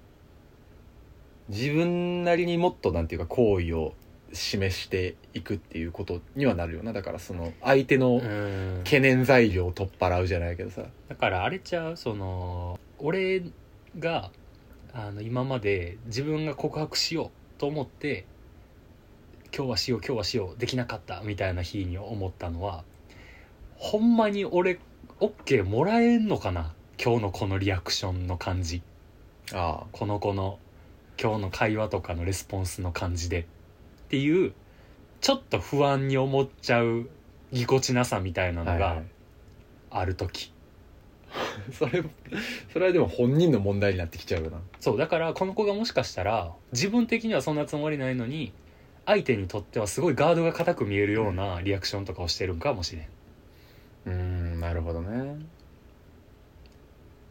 [SPEAKER 1] 自分なりにもっとなんていうか好意を示していくっていうことにはなるよなだからその相手の
[SPEAKER 2] うん
[SPEAKER 1] 懸念材料を取っ払うじゃないけどさ、
[SPEAKER 2] だからあれちゃうその俺があの今まで自分が告白しようと思って今日はしよう今日はしようできなかったみたいな日に思ったのはほんまに俺 OK もらえんのかな今日のこのリアクションの感じ
[SPEAKER 1] あ
[SPEAKER 2] この子の今日の会話とかのレスポンスの感じでっていうちょっと不安に思っちゃうぎこちなさみたいな
[SPEAKER 1] あ
[SPEAKER 2] の
[SPEAKER 1] はいは
[SPEAKER 2] が
[SPEAKER 1] い [laughs]
[SPEAKER 2] ある時、
[SPEAKER 1] それそれはでも本人の問題になってきちゃうよな
[SPEAKER 2] そうだからこの子がもしかしたら自分的にはそんなつもりないのに相手にとってはすごいガードが硬く見えるようなリアクションとかをしてるんかもしれん
[SPEAKER 1] うーんなるほどね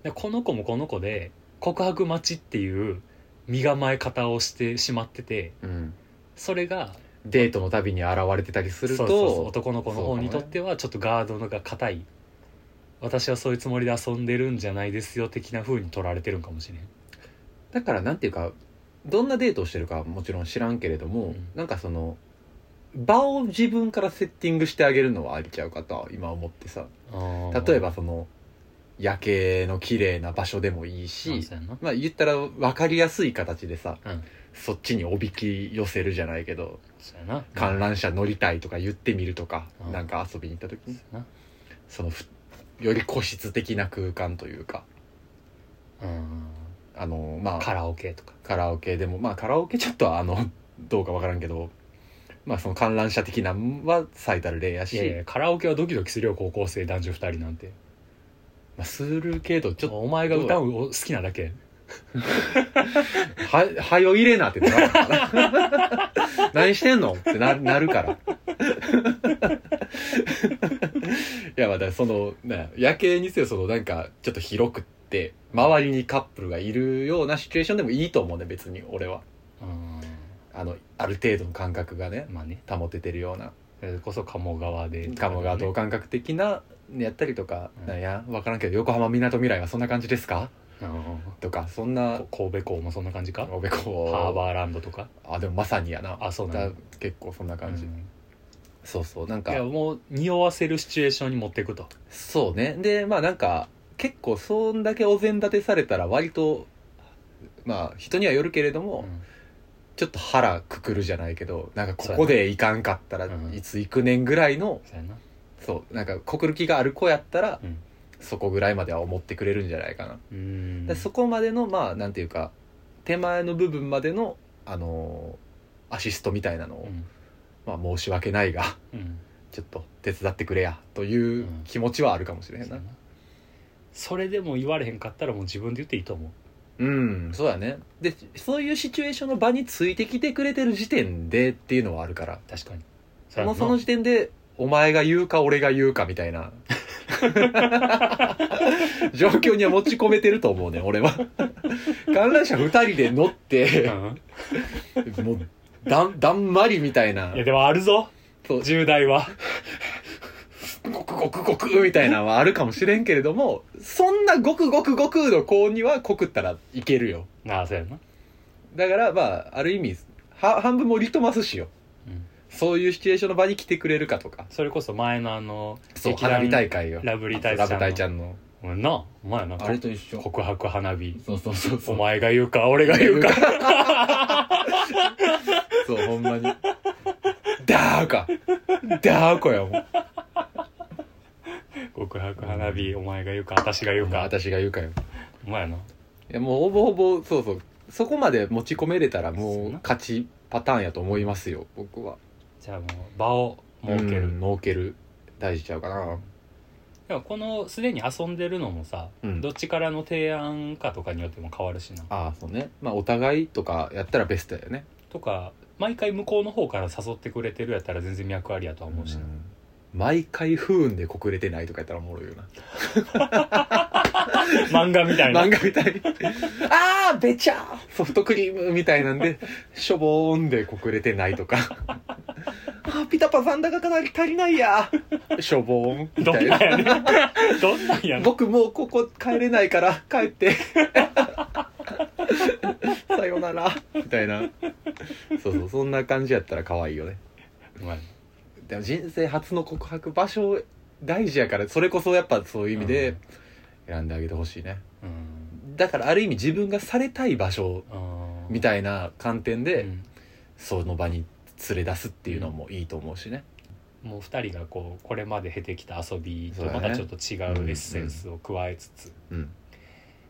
[SPEAKER 2] でこの子もこの子で告白待ちっていう身構え方をしてしまってて
[SPEAKER 1] うん
[SPEAKER 2] それが
[SPEAKER 1] デートの度に現れてたりすると
[SPEAKER 2] そうそうそう男の子の方にとってはちょっとガードが硬い、私はそういうつもりで遊んでるんじゃないですよ的な風に取られてるんかもしれん
[SPEAKER 1] だからなんていうかどんなデートをしてるかはもちろん知らんけれども、
[SPEAKER 2] うん
[SPEAKER 1] なんかその場を自分からセッティングしてあげるのはありちゃうかとは今思ってさ例えばその夜景の綺麗な場所でもいい
[SPEAKER 2] そう
[SPEAKER 1] し、
[SPEAKER 2] やんな
[SPEAKER 1] まあ言ったら分かりやすい形でさ、
[SPEAKER 2] うん
[SPEAKER 1] そっちにおびき寄せるじゃないけど
[SPEAKER 2] そうやな
[SPEAKER 1] 観覧車乗りたいとか言ってみるとか、
[SPEAKER 2] うん
[SPEAKER 1] なんか遊びに行った時に
[SPEAKER 2] な
[SPEAKER 1] そのふより個室的な空間というか
[SPEAKER 2] うん
[SPEAKER 1] あのまあ
[SPEAKER 2] カラオケとか
[SPEAKER 1] カラオケでもまあカラオケちょっとあの [laughs] どうかわからんけどまあその観覧車的なんは最たる例や
[SPEAKER 2] い
[SPEAKER 1] し
[SPEAKER 2] やいやカラオケはドキドキするよ高校生男女2人なんて
[SPEAKER 1] まあ、するけどちょっと
[SPEAKER 2] お前が歌うお好きなだけ
[SPEAKER 1] ははよ入れなってなるから [laughs] 何してんのってななるから [laughs] いやまあだからそのな夜景にせよそのなんかちょっと広くって周りにカップルがいるようなシチュエーションでもいいと思うね別に俺は
[SPEAKER 2] うん
[SPEAKER 1] あのある程度の感覚がね
[SPEAKER 2] まあね
[SPEAKER 1] 保ててるような
[SPEAKER 2] それこそ鴨川で
[SPEAKER 1] 鴨川等感覚的なのやったりとか、
[SPEAKER 2] うん
[SPEAKER 1] なんや分からんけど横浜みなとみらいはそんな感じですか
[SPEAKER 2] うん
[SPEAKER 1] とかそんな
[SPEAKER 2] こ神戸港もそんな感じか
[SPEAKER 1] 神戸港
[SPEAKER 2] ハーバーランドとか
[SPEAKER 1] あでもまさにやな
[SPEAKER 2] あそうなん
[SPEAKER 1] だ
[SPEAKER 2] だ
[SPEAKER 1] 結構そんな感じ、
[SPEAKER 2] うん
[SPEAKER 1] そうそうなん
[SPEAKER 2] いや
[SPEAKER 1] か
[SPEAKER 2] もう匂わせるシチュエーションに持っていくと
[SPEAKER 1] そうねでまあなんか結構そんだけお膳立てされたら割とまあ人にはよるけれども、ちょっと腹くくるじゃないけどなんかここで行かんかったら
[SPEAKER 2] そうやなうん
[SPEAKER 1] いつ行くねんぐらいの、
[SPEAKER 2] そうやな
[SPEAKER 1] そうなんか告る気がある子やったら、
[SPEAKER 2] うん
[SPEAKER 1] そこぐらいまでは思ってくれるんじゃないかな
[SPEAKER 2] うん
[SPEAKER 1] でそこまでのまあなんていうか手前の部分までのあのーアシストみたいなのを、
[SPEAKER 2] うん
[SPEAKER 1] まあ申し訳ないが [laughs]
[SPEAKER 2] うん
[SPEAKER 1] ちょっと手伝ってくれやという
[SPEAKER 2] うん
[SPEAKER 1] 気持ちはあるかもしれへん
[SPEAKER 2] そう
[SPEAKER 1] な
[SPEAKER 2] やなそれでも言われへんかったらもう自分で言っていいと思う
[SPEAKER 1] うんそうだねでそういうシチュエーションの場についてきてくれてる時点でっていうのはあるから
[SPEAKER 2] 確かに
[SPEAKER 1] そのその時点でお前が言うか俺が言うかみたいな [laughs] 状況には持ち込めてると思うね俺は観覧車2人で乗って
[SPEAKER 2] うん
[SPEAKER 1] もうだんだんまりみたいない
[SPEAKER 2] やでもあるぞ
[SPEAKER 1] そう
[SPEAKER 2] 10代は [laughs]
[SPEAKER 1] ごくごくごくみたいなのはあるかもしれんけれどもそんなごくごくごくの子には告ったらいけるよ
[SPEAKER 2] なあそうやな
[SPEAKER 1] だからまあある意味は半分もリトマス紙よ
[SPEAKER 2] うん
[SPEAKER 1] そういうシチュエーションの場に来てくれるかとか
[SPEAKER 2] それこそ前のあの
[SPEAKER 1] そう
[SPEAKER 2] 劇団
[SPEAKER 1] 花火大会よ
[SPEAKER 2] ラブリー大ちゃんの
[SPEAKER 1] ラブ大ちゃんの
[SPEAKER 2] お前なあお前やな
[SPEAKER 1] あれと一緒
[SPEAKER 2] 告白花火
[SPEAKER 1] そうそうそうそ
[SPEAKER 2] お
[SPEAKER 1] う
[SPEAKER 2] 前が言うか俺が言うか
[SPEAKER 1] [laughs] そうほんまにダーかダーかよもう
[SPEAKER 2] 告白花火お前が言うか私が言うか
[SPEAKER 1] 私が言うかよ
[SPEAKER 2] お前やない
[SPEAKER 1] やもうほぼほぼそうそうそこまで持ち込めれたらもう勝ちパターンやと思いますよ僕は
[SPEAKER 2] じゃあもう場を設ける、
[SPEAKER 1] うん儲ける大事ちゃうかな
[SPEAKER 2] でもこのすでに遊んでるのもさ、
[SPEAKER 1] うん
[SPEAKER 2] どっちからの提案かとかによっても変わるしな
[SPEAKER 1] ああそうねまあお互いとかやったらベストやよね
[SPEAKER 2] とか毎回向こうの方から誘ってくれてるやったら全然脈ありやとは思うしな、
[SPEAKER 1] 毎回不運で告れてないとかやったらおもろいよな
[SPEAKER 2] 漫画みたいな
[SPEAKER 1] 漫画みたいに
[SPEAKER 2] [laughs]
[SPEAKER 1] ああべちゃーソフトクリームみたいなんでしょぼーんで告れてないと
[SPEAKER 2] [laughs]
[SPEAKER 1] かあーピタパ残高が足りないやしょぼーんみ
[SPEAKER 2] ど
[SPEAKER 1] たい
[SPEAKER 2] んなん
[SPEAKER 1] な
[SPEAKER 2] やねん [laughs] どんなんやねん
[SPEAKER 1] 僕もうここ帰れないから帰って
[SPEAKER 2] [laughs]
[SPEAKER 1] さよならみたいなそうそうそんな感じやったら可愛いよね
[SPEAKER 2] お前
[SPEAKER 1] でも人生初の告白場所大事やからそれこそやっぱそういう意味
[SPEAKER 2] う
[SPEAKER 1] で
[SPEAKER 2] ん
[SPEAKER 1] 選んであげてほしいね、
[SPEAKER 2] うん
[SPEAKER 1] だからある意味自分がされたい場所
[SPEAKER 2] うん
[SPEAKER 1] み
[SPEAKER 2] い
[SPEAKER 1] たいな観点で、
[SPEAKER 2] うん
[SPEAKER 1] その場に連れ出すっていうのもいいと思うしね、
[SPEAKER 2] もう二人がこうこれまで経てきた遊び
[SPEAKER 1] そ
[SPEAKER 2] と
[SPEAKER 1] うだね
[SPEAKER 2] またちょっと違うエッセンスを加えつつ、
[SPEAKER 1] うん、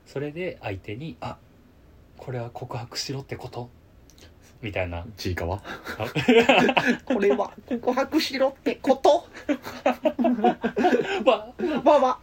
[SPEAKER 2] それで相手に「あこれは告白しろってこと?」みたいな
[SPEAKER 1] ちいかわ
[SPEAKER 2] [laughs]
[SPEAKER 1] これは告白しろってこと
[SPEAKER 2] 「わ
[SPEAKER 1] わわ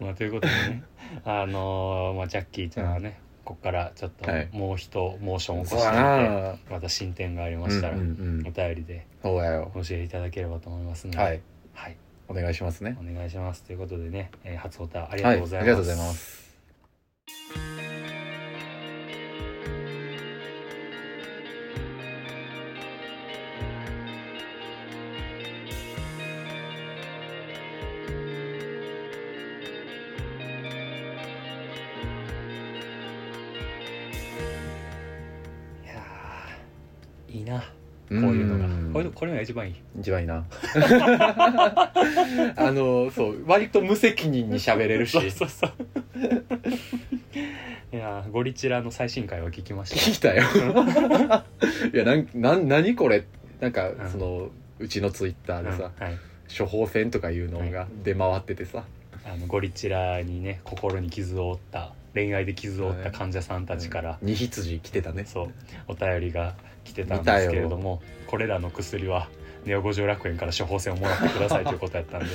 [SPEAKER 2] まあ、ということでねあのーまあ、ジャッキーちゃんはね、ここからちょっと
[SPEAKER 1] はい
[SPEAKER 2] もう一モーションを起
[SPEAKER 1] そ
[SPEAKER 2] こ
[SPEAKER 1] う
[SPEAKER 2] して
[SPEAKER 1] だ
[SPEAKER 2] みて、
[SPEAKER 1] な
[SPEAKER 2] また進展がありましたら、
[SPEAKER 1] うんうんう
[SPEAKER 2] お
[SPEAKER 1] ん
[SPEAKER 2] 便りで
[SPEAKER 1] そうやよ
[SPEAKER 2] 教えていただければと思いますので、
[SPEAKER 1] はい
[SPEAKER 2] はい
[SPEAKER 1] お願いしますね
[SPEAKER 2] お願いしますということでね、えー初オタあり
[SPEAKER 1] は
[SPEAKER 2] がとうござい
[SPEAKER 1] あ
[SPEAKER 2] ます、
[SPEAKER 1] りがとうございます
[SPEAKER 2] いやーいいな
[SPEAKER 1] こう
[SPEAKER 2] こういうのがこういうの
[SPEAKER 1] が
[SPEAKER 2] これが一番いい
[SPEAKER 1] 一番いいなあのそう割と無責任に喋れるし
[SPEAKER 2] そうそうそう [laughs] いやーゴリチラの最新回を聞きまし
[SPEAKER 1] 聞い [laughs] たよいやなんなん何これなんか、
[SPEAKER 2] うん
[SPEAKER 1] そのうちのツイッタ
[SPEAKER 2] た
[SPEAKER 1] ーでさ、
[SPEAKER 2] うんはい、
[SPEAKER 1] 処方箋とかいうのが出回っててさ、
[SPEAKER 2] あのゴリチラにね心に傷を負った恋愛で傷を負った患者さんたちから、
[SPEAKER 1] 二羊来てたね
[SPEAKER 2] そうお便りが来てたんですけれどもこれらの薬はネオ五条楽園から処方箋をもらってくださいということや
[SPEAKER 1] [laughs]
[SPEAKER 2] ったんで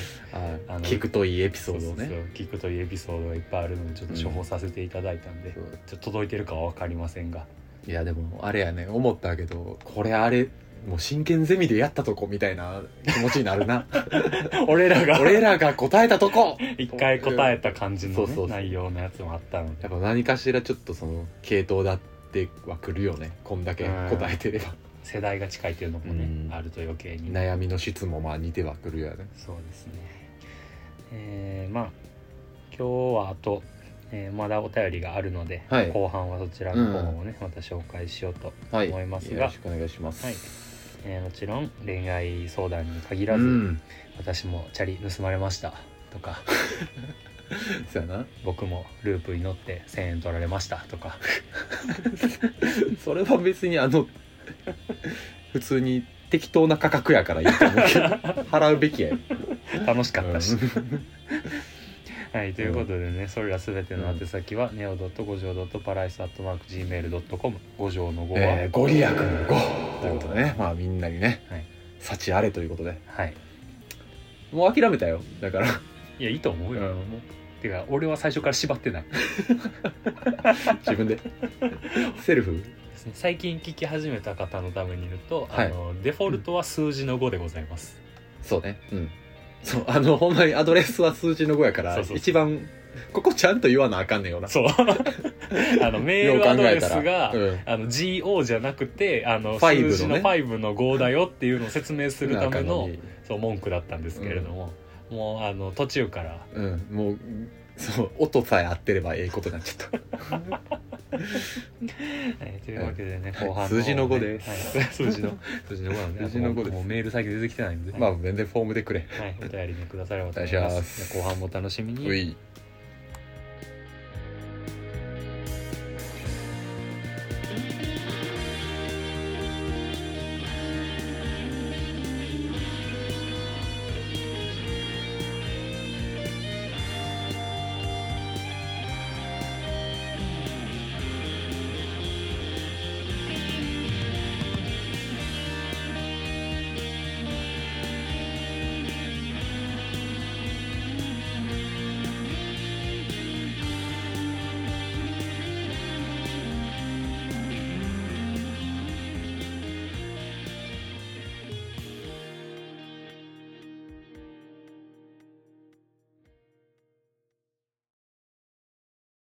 [SPEAKER 2] あの
[SPEAKER 1] 聞くといいエピソードを
[SPEAKER 2] そう
[SPEAKER 1] ね
[SPEAKER 2] そう聞くというエピソードがいっぱいあるのでちょっと処方させていただいたんで、
[SPEAKER 1] そう
[SPEAKER 2] ちょっと届いてるかは分かりませんが
[SPEAKER 1] いやでもあれやね思ったけどこれあれもう真剣ゼミでやったとこみたいな気持ちになる [laughs] な
[SPEAKER 2] 俺らが
[SPEAKER 1] 俺らが答えたとこ
[SPEAKER 2] 一回答えた感じ
[SPEAKER 1] そうそ
[SPEAKER 2] の、ね
[SPEAKER 1] うそう
[SPEAKER 2] 内容のやつもあったので
[SPEAKER 1] やっぱ何かしらちょっとその系統だってはくるよねこんだけ答えてれば
[SPEAKER 2] 世代が近いというのもね、
[SPEAKER 1] うん
[SPEAKER 2] あると余計に
[SPEAKER 1] 悩みの質もまあ似てはくるよね
[SPEAKER 2] そうですねえーまあ今日はあと、えーまだお便りがあるので、
[SPEAKER 1] はい
[SPEAKER 2] 後半はそちらの方をね、また紹介しようと、
[SPEAKER 1] はい
[SPEAKER 2] 思いますが
[SPEAKER 1] よろしくお願いします、
[SPEAKER 2] はいえーもちろん恋愛相談に限ら
[SPEAKER 1] う
[SPEAKER 2] ず、
[SPEAKER 1] ん
[SPEAKER 2] 私もチャリ盗まれましたとか
[SPEAKER 1] そうやな
[SPEAKER 2] 僕もループに乗って1,000円取られました
[SPEAKER 1] [laughs]
[SPEAKER 2] とか
[SPEAKER 1] それは別にあの [laughs] 普通に適当な価格やからいいと思うけ [laughs] ど払うべきやよ
[SPEAKER 2] 楽しかったし、
[SPEAKER 1] うん
[SPEAKER 2] はい、ということでね、それらすべての宛先は、ネオドット五条ドットパライスアットマーク gmail ドットコム五条の五は、
[SPEAKER 1] えーご利益の5ということでねまあみんなにね、
[SPEAKER 2] はい
[SPEAKER 1] 幸あれということで
[SPEAKER 2] はい。
[SPEAKER 1] もう諦めたよだから
[SPEAKER 2] いやいいと思うよ。
[SPEAKER 1] うん
[SPEAKER 2] もうてか俺は最初から縛ってない。
[SPEAKER 1] 自分で [laughs] セルフ
[SPEAKER 2] 最近聞き始めた方のために言うと、
[SPEAKER 1] はい
[SPEAKER 2] あのデフォルトは数字の五でございます。
[SPEAKER 1] そうねうんそうあのほんまにアドレスは数字の5やから
[SPEAKER 2] そうそうそう
[SPEAKER 1] 一番ここちゃんと言わなあかんねんよな [laughs]
[SPEAKER 2] そう。あのメー
[SPEAKER 1] よう
[SPEAKER 2] ル
[SPEAKER 1] 考
[SPEAKER 2] アド
[SPEAKER 1] え
[SPEAKER 2] レ
[SPEAKER 1] た
[SPEAKER 2] ス
[SPEAKER 1] ら
[SPEAKER 2] が。
[SPEAKER 1] うん
[SPEAKER 2] あの GO じゃなくてあ
[SPEAKER 1] 5の
[SPEAKER 2] の
[SPEAKER 1] ね
[SPEAKER 2] 数字の5の5だよっていうのを説明するため
[SPEAKER 1] な
[SPEAKER 2] の
[SPEAKER 1] んか
[SPEAKER 2] そう文句だったんですけれども、もうあの途中から
[SPEAKER 1] うんもうそう音さえ合ってればええことになっちゃった
[SPEAKER 2] はい、というわけでね、
[SPEAKER 1] はい
[SPEAKER 2] 後半
[SPEAKER 1] 数字の
[SPEAKER 2] 方
[SPEAKER 1] 五
[SPEAKER 2] ね
[SPEAKER 1] です
[SPEAKER 2] はい、
[SPEAKER 1] [laughs]
[SPEAKER 2] 数字の数字の五なのね
[SPEAKER 1] 数字の五です
[SPEAKER 2] あともうもうメール先出てきてないんで、
[SPEAKER 1] まあ全然フォームでくれ
[SPEAKER 2] はい、お便りねくださればと
[SPEAKER 1] お願い
[SPEAKER 2] 思い
[SPEAKER 1] し
[SPEAKER 2] ま
[SPEAKER 1] ますす
[SPEAKER 2] じゃあ後半もお楽しみに
[SPEAKER 1] うい